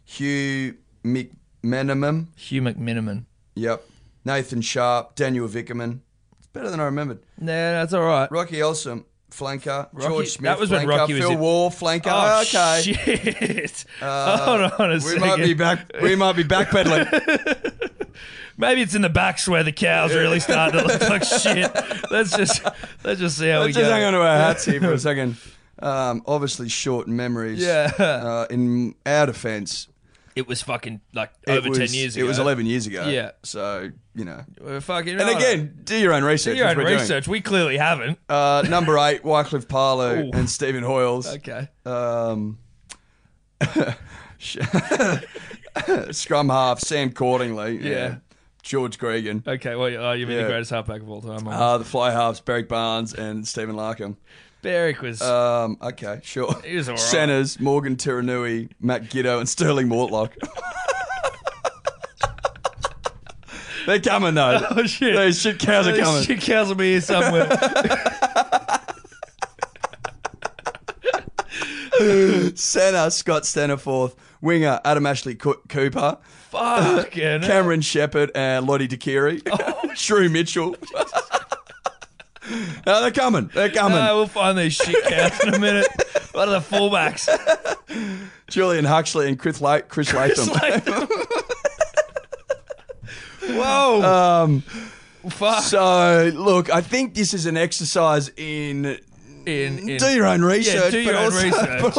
Speaker 3: Hugh McMenamum.
Speaker 2: Hugh McMiniman.
Speaker 3: Yep. Nathan Sharp, Daniel Vickerman. It's better than I remembered.
Speaker 2: Nah, that's all right.
Speaker 3: Rocky Elsom, flanker.
Speaker 2: Rocky-
Speaker 3: George Smith,
Speaker 2: that was
Speaker 3: flanker.
Speaker 2: when Rocky was
Speaker 3: Phil
Speaker 2: in-
Speaker 3: Wall, flanker.
Speaker 2: Oh,
Speaker 3: okay.
Speaker 2: Shit.
Speaker 3: Uh,
Speaker 2: Hold on a
Speaker 3: we
Speaker 2: second.
Speaker 3: might be back. We might be backpedaling.
Speaker 2: Maybe it's in the backs where the cows really start to look like shit. Let's just let's just see how
Speaker 3: Let's
Speaker 2: we
Speaker 3: just
Speaker 2: go.
Speaker 3: hang on to our hats here for a second. Um, obviously, short memories.
Speaker 2: Yeah.
Speaker 3: Uh, in our defence,
Speaker 2: It was fucking like
Speaker 3: it
Speaker 2: over
Speaker 3: was-
Speaker 2: ten years ago.
Speaker 3: It was eleven years ago.
Speaker 2: Yeah.
Speaker 3: So you know.
Speaker 2: We're fucking.
Speaker 3: And again, do your own research.
Speaker 2: your
Speaker 3: as
Speaker 2: own
Speaker 3: we're doing.
Speaker 2: research. We clearly haven't.
Speaker 3: Uh, number eight, Wycliffe Parlow
Speaker 2: Ooh.
Speaker 3: and Stephen Hoyles.
Speaker 2: Okay.
Speaker 3: Um, sh- scrum half Sam Cordingley, yeah,
Speaker 2: Yeah.
Speaker 3: George Gregan,
Speaker 2: Okay. Well, oh, you've been
Speaker 3: Yeah.
Speaker 2: the greatest halfback of all time.
Speaker 3: uh, the fly halves Beric Barnes and Stephen Larkham.
Speaker 2: Berwick was.
Speaker 3: Um, okay, sure.
Speaker 2: He was all right.
Speaker 3: Centers Morgan Tiranui, Matt Giddo, and Sterling Mortlock. They're coming though.
Speaker 2: oh shit.
Speaker 3: Those shit cows are
Speaker 2: These
Speaker 3: coming.
Speaker 2: shit cows will be here somewhere.
Speaker 3: Center Scott Centerforth, winger Adam Ashley Co- Cooper,
Speaker 2: Fucking.
Speaker 3: Cameron Shepherd and Lottie DeCary.
Speaker 2: Oh,
Speaker 3: Shrew Mitchell. no, they're coming. They're coming.
Speaker 2: No, we'll find these shit cows in a minute. What are the fullbacks?
Speaker 3: Julian Huxley and Chris, La- Chris Latham.
Speaker 2: Whoa.
Speaker 3: um,
Speaker 2: fuck.
Speaker 3: so, look, I think this is an exercise in,
Speaker 2: in, in-
Speaker 3: do your own research,
Speaker 2: do your
Speaker 3: but,
Speaker 2: own
Speaker 3: also,
Speaker 2: research.
Speaker 3: but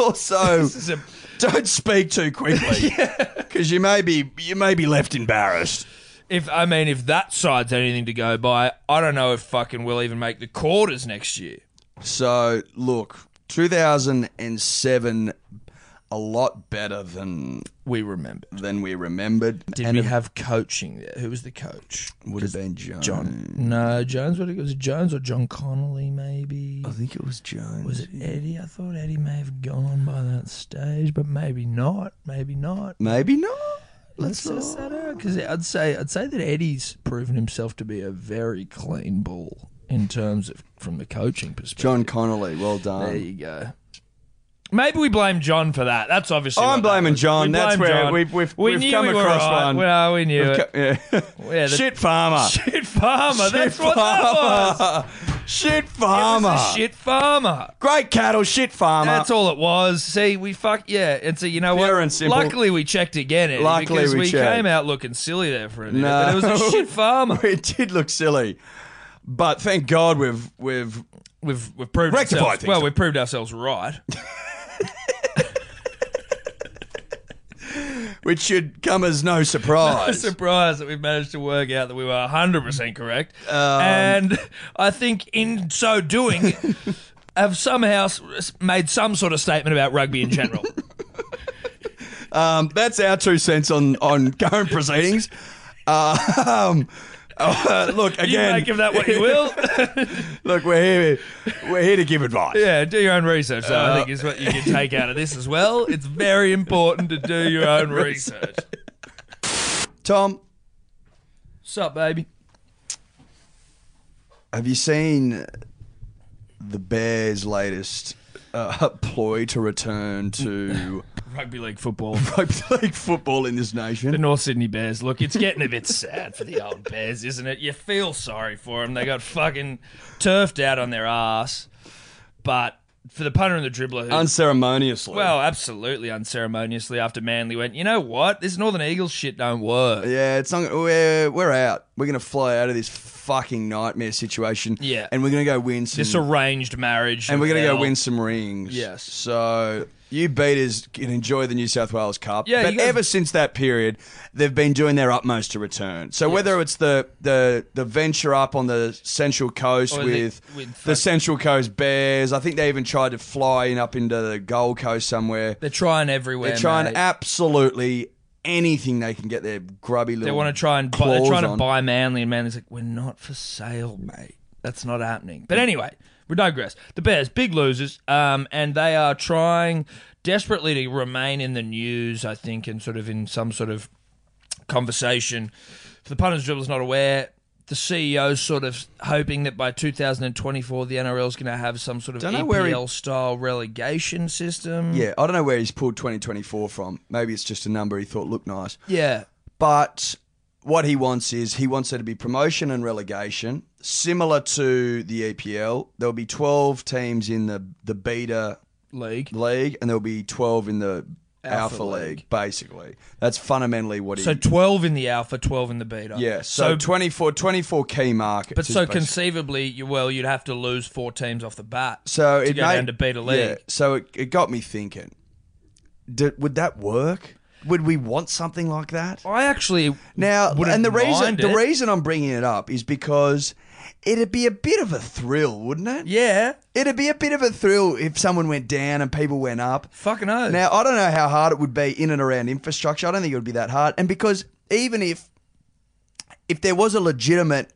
Speaker 3: also
Speaker 2: This is a-
Speaker 3: don't speak too quickly because you may be you may be left embarrassed.
Speaker 2: if I mean, if that side's anything to go by, I don't know if fucking we'll even make the quarters next year.
Speaker 3: So, look, 2007, a lot better than
Speaker 2: We remember.
Speaker 3: than we remembered.
Speaker 2: Did we have coaching there? Who was the coach?
Speaker 3: Would have been John.
Speaker 2: No, Jones. What was it? Jones or John Connolly? Maybe
Speaker 3: I think it was Jones.
Speaker 2: was it Eddie? I thought Eddie may have gone by that stage, but maybe not. Maybe not.
Speaker 3: Maybe not. Let's look.
Speaker 2: Let's because I'd say I'd say that Eddie's proven himself to be a very clean ball in terms of from the coaching perspective.
Speaker 3: John Connolly, well
Speaker 2: There
Speaker 3: done.
Speaker 2: you go. Maybe we blame John for that. That's obviously.
Speaker 3: I'm
Speaker 2: what that
Speaker 3: blaming
Speaker 2: was.
Speaker 3: John.
Speaker 2: We
Speaker 3: That's
Speaker 2: blame
Speaker 3: where
Speaker 2: John.
Speaker 3: we've- we've-
Speaker 2: we
Speaker 3: we've
Speaker 2: knew
Speaker 3: come
Speaker 2: we were
Speaker 3: across
Speaker 2: right.
Speaker 3: one.
Speaker 2: Well, we knew it.
Speaker 3: Yeah.
Speaker 2: Yeah, the-
Speaker 3: shit farmer.
Speaker 2: Shit farmer. That's
Speaker 3: Shit
Speaker 2: what that was.
Speaker 3: farmer. Shit
Speaker 2: It
Speaker 3: farmer.
Speaker 2: was a shit farmer.
Speaker 3: Great cattle, shit farmer.
Speaker 2: That's all it was. See, we fuck yeah, and so you know
Speaker 3: Pure
Speaker 2: what?
Speaker 3: and simple.
Speaker 2: Luckily, we checked again. Eddie,
Speaker 3: Luckily
Speaker 2: because
Speaker 3: we
Speaker 2: we,
Speaker 3: checked.
Speaker 2: came out looking silly there for a minute.
Speaker 3: No.
Speaker 2: But it was a shit farmer.
Speaker 3: It did look silly, but thank God we've we've
Speaker 2: We've we've proved
Speaker 3: Rectified
Speaker 2: ourselves.
Speaker 3: things.
Speaker 2: Well, we proved ourselves right.
Speaker 3: which should come as no surprise.
Speaker 2: surprised that we managed to work out that we were 100% correct.
Speaker 3: Um,
Speaker 2: and I think in so doing, have somehow s- made some sort of statement about rugby in general.
Speaker 3: Um, that's our two cents on on current proceedings. Uh, um, uh, look
Speaker 2: you
Speaker 3: again.
Speaker 2: may give that what you will.
Speaker 3: Look, we're here. We're here to give advice.
Speaker 2: yeah, do your own research, though,
Speaker 3: Uh,
Speaker 2: I think is what you can take out of this as well. It's very important to do your own research.
Speaker 3: Tom,
Speaker 2: What's up, baby?
Speaker 3: have you seen the Bears' latest uh, ploy to return to
Speaker 2: Rugby league football.
Speaker 3: rugby league football in this
Speaker 2: The
Speaker 3: nation?
Speaker 2: North Sydney Bears. Look, it's getting a bit sad for the old Bears, isn't it? You feel sorry for them. They got fucking turfed out on their ass. But for the punter and the dribbler, who,
Speaker 3: Unceremoniously.
Speaker 2: well, absolutely unceremoniously after Manly went, you know what? This Northern Eagles shit don't work.
Speaker 3: yeah, it's not, we're we're out. We're going to fly out of this fucking nightmare situation.
Speaker 2: Yeah.
Speaker 3: And we're going to go win some.
Speaker 2: This arranged marriage.
Speaker 3: and we're going to go
Speaker 2: now.
Speaker 3: win some rings.
Speaker 2: Yes.
Speaker 3: So you beaters can enjoy the New South Wales Cup.
Speaker 2: Yeah,
Speaker 3: But
Speaker 2: you guys-
Speaker 3: ever since that period, they've been doing their utmost to return. So whether it's the, the the venture up on the Central Coast
Speaker 2: Or the-
Speaker 3: with,
Speaker 2: with
Speaker 3: the
Speaker 2: fuck-
Speaker 3: Central Coast Bears, I think they even tried to fly in up into the Gold Coast somewhere.
Speaker 2: They're trying everywhere.
Speaker 3: They're trying
Speaker 2: mate.
Speaker 3: absolutely anything they can get their grubby little.
Speaker 2: They want to try and buy, they're
Speaker 3: claws
Speaker 2: trying to
Speaker 3: on.
Speaker 2: buy Manly, and Manly's like, we're not for sale, mate. That's not happening. But anyway, we digress. The Bears, big losers, um, and they are trying desperately to remain in the news, I think, and sort of in some sort of conversation. For the punters, dribblers not aware. The CEO's sort of hoping that by 2024 the NRL is going to have some sort of
Speaker 3: Don't know where he-
Speaker 2: EPL style relegation system.
Speaker 3: Yeah, I don't know where he's pulled 2024 from. Maybe it's just a number he thought looked nice.
Speaker 2: yeah,
Speaker 3: But what he wants is he wants there to be promotion and relegation, similar to the EPL. There'll be 12 teams in the, the beta
Speaker 2: league.
Speaker 3: league, and there'll be 12 in the alpha,
Speaker 2: Alpha
Speaker 3: league,
Speaker 2: league.
Speaker 3: basically. That's fundamentally what he.
Speaker 2: So 12 in the alpha, 12 in the beta.
Speaker 3: yeah, so, 24, 24 key markets.
Speaker 2: But
Speaker 3: is
Speaker 2: so
Speaker 3: basically-
Speaker 2: conceivably, you, well, you'd have to lose four teams off the bat.
Speaker 3: so
Speaker 2: to
Speaker 3: it
Speaker 2: go
Speaker 3: may-
Speaker 2: down to beta league.
Speaker 3: Yeah, so it, it got me thinking. Did, would that work? Would we want something like that?
Speaker 2: I actually
Speaker 3: Now,
Speaker 2: wouldn't
Speaker 3: and the reason
Speaker 2: mind
Speaker 3: the
Speaker 2: it.
Speaker 3: reason I'm bringing it up is because it'd be a bit of a thrill, wouldn't it?
Speaker 2: yeah,
Speaker 3: It'd be a bit of a thrill if someone went down and people went up.
Speaker 2: fucking oath.
Speaker 3: Now, I don't know how hard it would be in and around infrastructure. I don't think it would be that hard. And because even if if there was a legitimate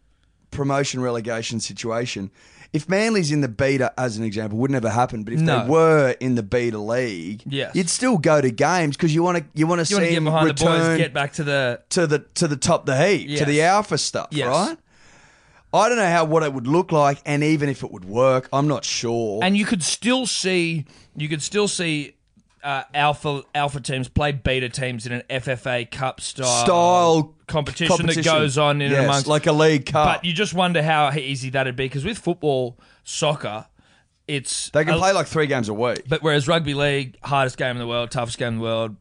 Speaker 3: promotion relegation situation, if Manly's in the beta, as an example, would never happen. But if
Speaker 2: No.
Speaker 3: they were in the beta league,
Speaker 2: Yes.
Speaker 3: you'd still go to games because you want to you want to
Speaker 2: you want to
Speaker 3: see
Speaker 2: get
Speaker 3: them
Speaker 2: behind
Speaker 3: return
Speaker 2: the boys, get back to the
Speaker 3: to the to the top of the heap, to
Speaker 2: Yes.
Speaker 3: the alpha stuff,
Speaker 2: Yes.
Speaker 3: right? I don't know how what it would look like, and even if it would work, I'm not sure.
Speaker 2: and you could still see you could still see uh, alpha alpha teams play beta teams in an FFA Cup style
Speaker 3: Style
Speaker 2: competition, that goes on in
Speaker 3: yes,
Speaker 2: and amongst
Speaker 3: like a league cup.
Speaker 2: But you just wonder how easy that'd be because with football, soccer, it's
Speaker 3: they can
Speaker 2: a-
Speaker 3: play like three games a week.
Speaker 2: But whereas rugby league, hardest game in the world, toughest game in the world,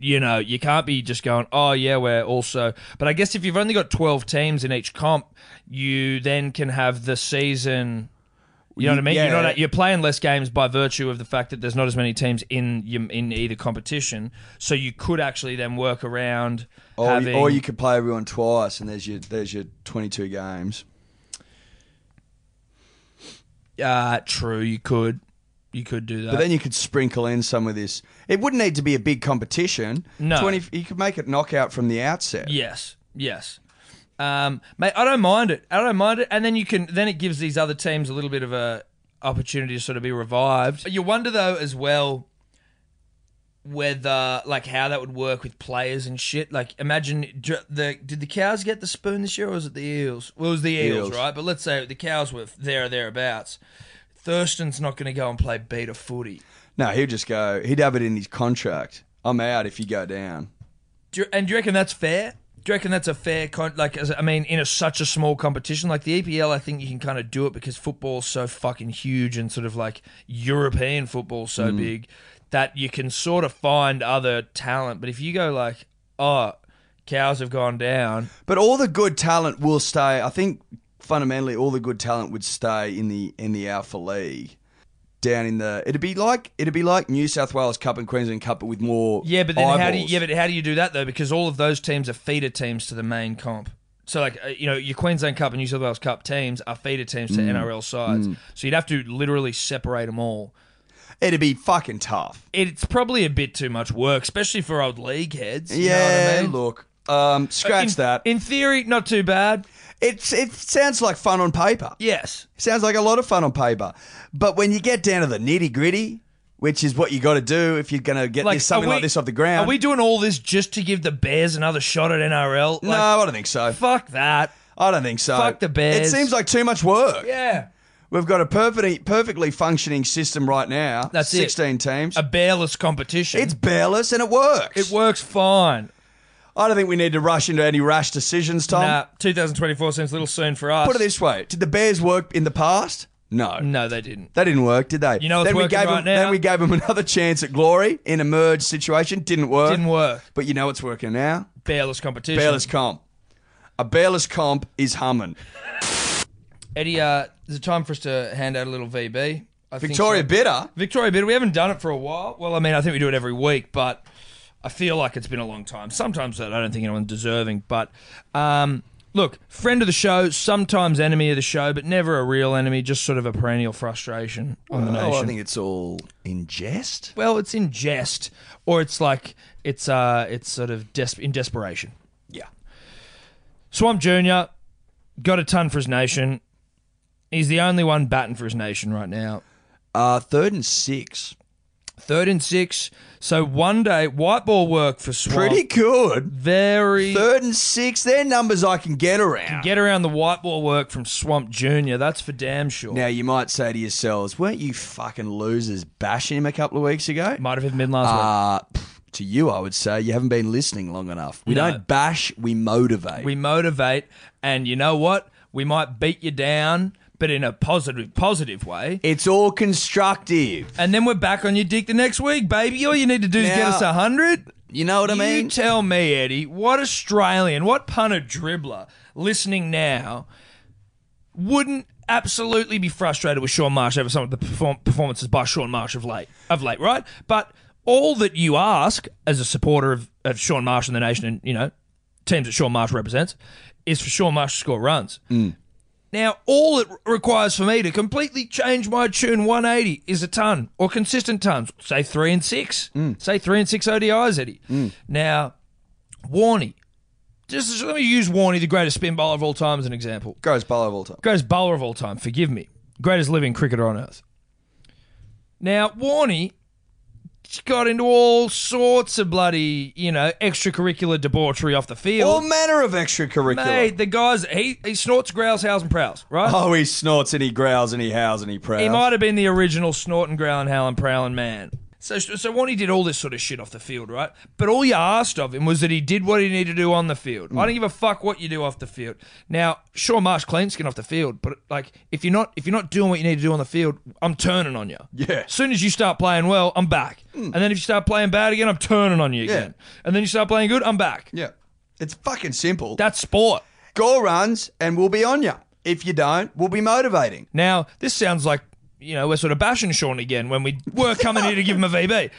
Speaker 2: you know, you can't be just going, oh yeah, we're also. But I guess if you've only got twelve teams in each comp, you then can have the season. You know what I mean?
Speaker 3: Yeah.
Speaker 2: You're not you're playing less games by virtue of the fact that there's not as many teams in your- in either competition, so you could actually then work around
Speaker 3: Or,
Speaker 2: having.
Speaker 3: or you could play everyone twice, and there's your there's your 22 games.
Speaker 2: uh, true, you could, you could do that.
Speaker 3: But then you could sprinkle in some of this. It wouldn't need to be a big competition.
Speaker 2: No.
Speaker 3: 20, you could make it knockout from the outset.
Speaker 2: Yes, yes. Um, mate, I don't mind it. I don't mind it. And then you can then it gives these other teams a little bit of a opportunity to sort of be revived. You wonder though as well whether like how that would work with players and shit. Like imagine dr- the did the cows get the spoon this year or was it the eels? Well, it was the eels,
Speaker 3: Eels.
Speaker 2: right? But let's say the cows were there or thereabouts. Thurston's not going to go and play beta footy.
Speaker 3: No, he'd just go. He'd have it in his contract. I'm out if you go down.
Speaker 2: Do you, and do you reckon that's fair? Do you reckon that's a fair con- like? As, I mean, in a, such a small competition like the EPL, I think you can kind of do it because football's so fucking huge and sort of like European football's so big that you can sort of find other talent. But if you go like, oh, cows have gone down,
Speaker 3: But all the good talent will stay. I think fundamentally, all the good talent would stay in the in the Alpha League, down in the. It'd be like it'd be like New South Wales Cup and Queensland Cup, but with more.
Speaker 2: yeah. But then how do you,
Speaker 3: eyeballs.
Speaker 2: yeah? But how do you do that though? Because all of those teams are feeder teams to the main comp. So like uh, you know your Queensland Cup and New South Wales Cup teams are feeder teams to NRL sides. So you'd have to literally separate them all.
Speaker 3: it'd be fucking tough.
Speaker 2: it's probably a bit too much work, especially for old league heads. You
Speaker 3: yeah,
Speaker 2: know what I mean?
Speaker 3: look, um,
Speaker 2: in,
Speaker 3: scratch that.
Speaker 2: In theory, not too bad.
Speaker 3: it's it sounds like fun on paper.
Speaker 2: Yes.
Speaker 3: Sounds like a lot of fun on paper, but when you get down to the nitty gritty, which is what you got to do if you're going to get
Speaker 2: Like
Speaker 3: this, something
Speaker 2: are
Speaker 3: like
Speaker 2: we-
Speaker 3: this off the ground.
Speaker 2: Are we doing all this just to give the Bears another shot at NRL?
Speaker 3: no,
Speaker 2: Like,
Speaker 3: I don't think so.
Speaker 2: fuck that.
Speaker 3: I don't think so.
Speaker 2: Fuck the Bears.
Speaker 3: It seems like too much work.
Speaker 2: Yeah.
Speaker 3: We've got a perfectly perfectly functioning system right now.
Speaker 2: That's it.
Speaker 3: 16 teams.
Speaker 2: A bearless competition.
Speaker 3: it's bearless and it works.
Speaker 2: it works fine.
Speaker 3: I don't think we need to rush into any rash decisions, Tom.
Speaker 2: Nah, 2024 seems a little soon for us.
Speaker 3: Um, Put it this way: Did the Bears work in the past? No,
Speaker 2: No, they didn't.
Speaker 3: that didn't work, did they?
Speaker 2: You know what's
Speaker 3: then we
Speaker 2: working
Speaker 3: gave
Speaker 2: right
Speaker 3: them,
Speaker 2: now?
Speaker 3: Then we gave them another chance at glory in a merge situation. Didn't work.
Speaker 2: Didn't work.
Speaker 3: But you know what's working now?
Speaker 2: Bearless competition.
Speaker 3: Bearless comp. A bearless comp is humming.
Speaker 2: Eddie, uh, is it time for us to hand out a little VB? I think
Speaker 3: Victoria
Speaker 2: so.
Speaker 3: Bitter.
Speaker 2: Victoria Bid. We haven't done it for a while. Well, I mean, I think we do it every week, but I feel like it's been a long time. Sometimes I don't think anyone's deserving, but um, look, friend of the show, sometimes enemy of the show, but never a real enemy, just sort of a perennial frustration on the nation.
Speaker 3: Oh, I think it's all in jest.
Speaker 2: well, it's in jest, or it's like it's uh, it's sort of des- in desperation.
Speaker 3: Yeah.
Speaker 2: Swamp Junior got a ton for his nation. He's the only one batting for his nation right now.
Speaker 3: Uh, third and six.
Speaker 2: Third and six. So one day, white ball work for Swamp.
Speaker 3: Pretty good.
Speaker 2: very
Speaker 3: Third and six. They're numbers I can get around.
Speaker 2: get around the white ball work from Swamp Junior. That's for damn sure.
Speaker 3: Now, you might say to yourselves, weren't you fucking losers bashing him a couple of weeks ago?
Speaker 2: Might have hit mid last
Speaker 3: Uh, pff, to you, I would say, you haven't been listening long enough. We
Speaker 2: No.
Speaker 3: don't bash, we motivate.
Speaker 2: week. We motivate, and you know what? We might beat you down, but in a positive, positive way.
Speaker 3: it's all constructive.
Speaker 2: And then we're back on your dick the next week, baby. All you need to do is get
Speaker 3: Now-
Speaker 2: us a hundred.
Speaker 3: You know what I mean?
Speaker 2: You tell me, Eddie, what Australian, what punter dribbler listening now wouldn't absolutely be frustrated with Sean Marsh over some of the perform- performances by Sean Marsh of late, of late, right? But all that you ask as a supporter of, of Sean Marsh and the nation, and you know teams that Sean Marsh represents, is for Sean Marsh to score runs. Now, all it requires for me to completely change my tune 180 is a ton or consistent tons, say three and six,
Speaker 3: Mm.
Speaker 2: say three and six ODIs, Eddie. Now, Warney, just just let me use Warney, the greatest spin bowler of all time, as an example.
Speaker 3: Greatest bowler of all time.
Speaker 2: Greatest bowler of all time, forgive me. Greatest living cricketer on earth. Now, Warney got into all sorts of bloody, you know, extracurricular debauchery off the
Speaker 3: All
Speaker 2: field.
Speaker 3: manner of extracurricular.
Speaker 2: Mate, the guys, he, he snorts, growls, howls, and prowls, right?
Speaker 3: Oh, he snorts and he growls and he howls and he prowls.
Speaker 2: He might have been the original snort and growl and howl and prowling man. So, so Warney did all this sort of shit off the field, right? But all you asked of him was that he did what he needed to do on the field. I don't give a fuck what you do off the field. Now, sure, Marsh clean skin off the field, but like if you're not if you're not doing what you need to do on the field, I'm turning on you.
Speaker 3: Yeah. Hmm.
Speaker 2: As soon as you start playing well, I'm back. And then if you start playing bad again, I'm turning on you again. And then you start playing good, I'm back.
Speaker 3: Yeah. It's fucking simple.
Speaker 2: That's sport.
Speaker 3: Gore runs and we'll be on you. If you don't, we'll be motivating.
Speaker 2: Now, this sounds like you know we're sort of bashing Sean again when we were coming here to give him a VB.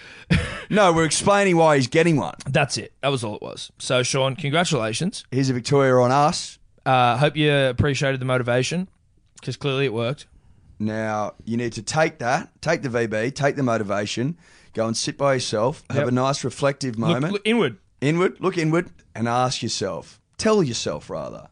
Speaker 3: No, we're explaining why he's getting one.
Speaker 2: That's it. That was all it was. So, Sean, congratulations.
Speaker 3: Here's a Victoria on us.
Speaker 2: Uh, hope you appreciated the motivation because clearly it worked.
Speaker 3: Now, you need to take that, take the VB, take the motivation, go and sit by yourself, have a nice reflective
Speaker 2: Look,
Speaker 3: moment.
Speaker 2: look inward.
Speaker 3: inward, look inward, and ask yourself, tell yourself rather,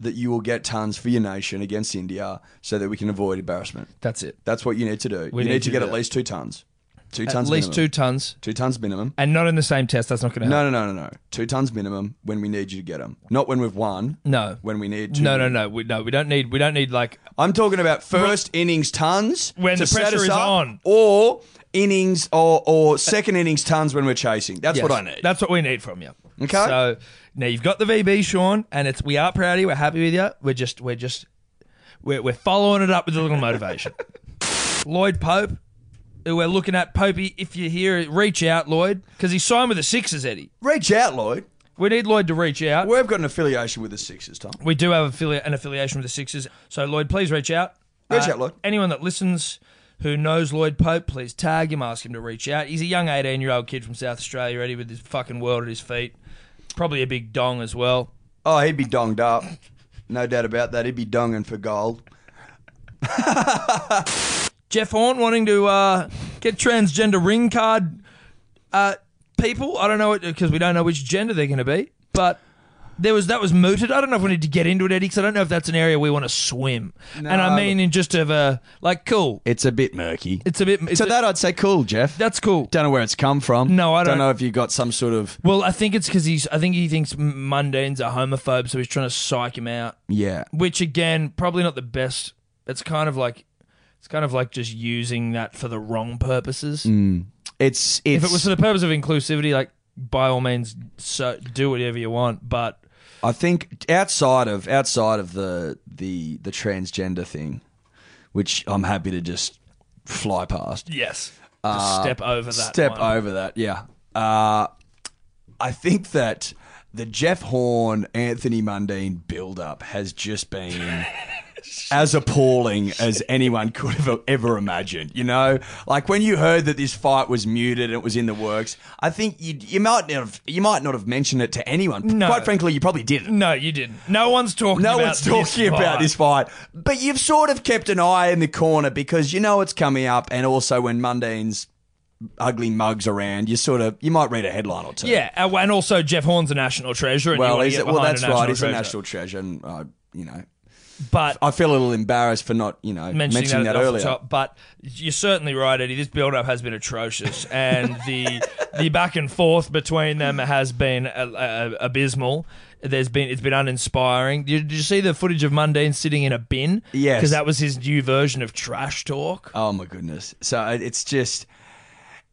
Speaker 3: that you will get tons for your nation against India so that we can avoid embarrassment.
Speaker 2: That's it.
Speaker 3: That's what you need to do.
Speaker 2: We
Speaker 3: you
Speaker 2: need
Speaker 3: need to
Speaker 2: to
Speaker 3: get
Speaker 2: do
Speaker 3: at
Speaker 2: that.
Speaker 3: least two tons. Two
Speaker 2: At
Speaker 3: tons
Speaker 2: least
Speaker 3: minimum.
Speaker 2: two tons,
Speaker 3: Two tons minimum.
Speaker 2: and not in the same test. That's not going to help.
Speaker 3: No, no, no, no, no. Two tons minimum when we need you to get them. Not when we've won.
Speaker 2: No.
Speaker 3: When we need to.
Speaker 2: No, no, no. We no, we don't need. We don't need like.
Speaker 3: I'm talking about first innings tons
Speaker 2: When
Speaker 3: to
Speaker 2: the
Speaker 3: set
Speaker 2: pressure
Speaker 3: us
Speaker 2: is
Speaker 3: up,
Speaker 2: on.
Speaker 3: or innings or, or second innings tons when we're chasing. That's
Speaker 2: Yes,
Speaker 3: what I need.
Speaker 2: That's what we need from you.
Speaker 3: Okay.
Speaker 2: So now you've got the VB, Sean, and it's we are proud of you. We're happy with you. We're just we're just we're, we're following it up with a little motivation. Lloyd Pope, who we're looking at, Popey. If you hear it, reach out, Lloyd, because he signed with the Sixers, Eddie.
Speaker 3: Reach out, Lloyd.
Speaker 2: We need Lloyd to reach out.
Speaker 3: We've got an affiliation with the Sixers, Tom.
Speaker 2: We do have affili- an affiliation with the Sixers. So, Lloyd, please reach out. Uh,
Speaker 3: Reach out, Lloyd.
Speaker 2: Anyone that listens who knows Lloyd Pope, please tag him, ask him to reach out. He's a young 18 year old kid from South Australia, ready with his fucking world at his feet. Probably a big dong as well.
Speaker 3: Oh, he'd be donged up. No doubt about that. He'd be donging for gold.
Speaker 2: Jeff Horn wanting to uh, get transgender ring card uh, people. I don't know because we don't know which gender they're going to be, but. There was that was mooted. I don't know if we need to get into it, Eddie, 'cause I don't know if that's an area we want to swim. and I
Speaker 3: No.
Speaker 2: mean, in just of a like, cool.
Speaker 3: It's a bit murky.
Speaker 2: It's a bit. It's
Speaker 3: so
Speaker 2: a-
Speaker 3: that I'd say cool, Jeff.
Speaker 2: that's cool.
Speaker 3: don't know where it's come from.
Speaker 2: No, I don't-
Speaker 3: know if you got some sort of
Speaker 2: Well, I think it's because he's. I think he thinks m- mundanes are homophobe, so he's trying to psych him out.
Speaker 3: yeah.
Speaker 2: Which again, probably not the best. It's kind of like, it's kind of like just using that for the wrong purposes.
Speaker 3: Mm. It's
Speaker 2: If
Speaker 3: it's.
Speaker 2: it was for the purpose of inclusivity, like by all means, so do whatever you want. But
Speaker 3: I think outside of outside of the the the transgender thing, which I'm happy to just fly past.
Speaker 2: yes, just step over that.
Speaker 3: Uh, Step
Speaker 2: one.
Speaker 3: over that, yeah. Uh, I think that the Jeff Horn Anthony Mundine build up has just been as appalling as anyone could have ever imagined. You know, like when you heard that this fight was muted and it was in the works, I think you you might not have you might not have mentioned it to anyone.
Speaker 2: No.
Speaker 3: Quite frankly, you probably didn't.
Speaker 2: No, you didn't. No one's talking.
Speaker 3: No
Speaker 2: about
Speaker 3: one's talking
Speaker 2: this
Speaker 3: about
Speaker 2: fight.
Speaker 3: this fight, but you've sort of kept an eye in the corner because you know it's coming up, and also when Mundane's ugly mugs around, you sort of you might read a headline or two.
Speaker 2: Yeah, uh, and also Jeff Horn's a national treasure. And
Speaker 3: Well,
Speaker 2: you
Speaker 3: he's
Speaker 2: get
Speaker 3: well,
Speaker 2: behind
Speaker 3: that's
Speaker 2: a national
Speaker 3: right. He's a
Speaker 2: treasure.
Speaker 3: national treasure, and uh, you know,
Speaker 2: But
Speaker 3: I feel a little embarrassed for not you know mentioning,
Speaker 2: mentioning,
Speaker 3: that,
Speaker 2: that, off
Speaker 3: earlier.
Speaker 2: the top, but you're certainly right, Eddie. This build-up has been atrocious, and the the back and forth between them has been uh, uh, abysmal. There's been it's been uninspiring. Did, did you see the footage of Mundine sitting in a bin?
Speaker 3: Yes.
Speaker 2: because that was his new version of trash talk.
Speaker 3: Oh my goodness! So it- it's just.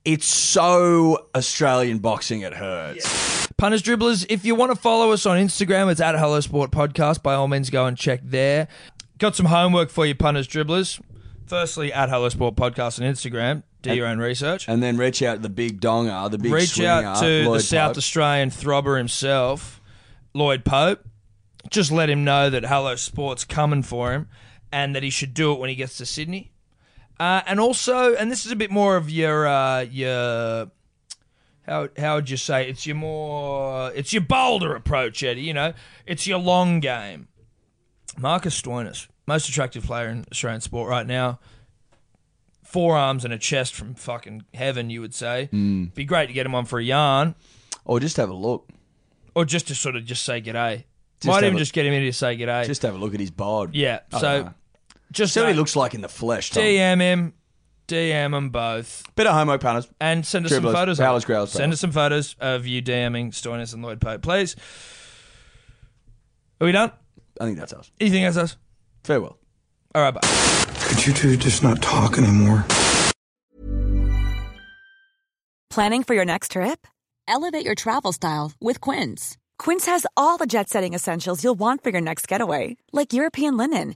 Speaker 3: It's so Australian boxing, it hurts.
Speaker 2: Punters Dribblers, if you want to follow us on Instagram, it's at Hello Sport Podcast. By all means, go and check there. Got some homework for you, Punters Dribblers. Firstly, at Hello Sport Podcast on Instagram. Do your own research.
Speaker 3: And then reach out to the big donger, the big
Speaker 2: reach
Speaker 3: swinger,
Speaker 2: out to the
Speaker 3: Lloyd
Speaker 2: South
Speaker 3: Pope.
Speaker 2: Australian throbber himself, Lloyd Pope. Just let him know that Hello Sport's coming for him, and that he should do it when he gets to Sydney. Uh, and also, and this is a bit more of your uh, your how how would you say it's your more it's your bolder approach, Eddie. You know, it's your long game. Marcus Stoinis, most attractive player in Australian sport right now. Forearms and a chest from fucking heaven, you would say.
Speaker 3: Mm.
Speaker 2: Be great to get him on for a yarn,
Speaker 3: Or just have a look.
Speaker 2: or just to sort of just say g'day.
Speaker 3: Just
Speaker 2: Might
Speaker 3: have
Speaker 2: even
Speaker 3: a-
Speaker 2: just get him in to say g'day.
Speaker 3: Just Oh, have a look at his bod.
Speaker 2: yeah.
Speaker 3: I
Speaker 2: So
Speaker 3: dunno.
Speaker 2: just
Speaker 3: See what he
Speaker 2: uh,
Speaker 3: looks like in the flesh. Tom.
Speaker 2: DM him, DM them both.
Speaker 3: Bit of homo punters.
Speaker 2: and send us
Speaker 3: Dribblers,
Speaker 2: some photos.
Speaker 3: Growlers,
Speaker 2: of it.
Speaker 3: growlers,
Speaker 2: send us some photos of you DMing Stoinis and Lloyd Pope, please. Are we done?
Speaker 3: I think that's us.
Speaker 2: You think that's us?
Speaker 3: Farewell.
Speaker 2: All right, bye.
Speaker 7: Could you two just not talk anymore?
Speaker 8: Planning for your next trip?
Speaker 9: Elevate your travel style with Quince.
Speaker 8: Quince has all the jet setting essentials you'll want for your next getaway, like European linen,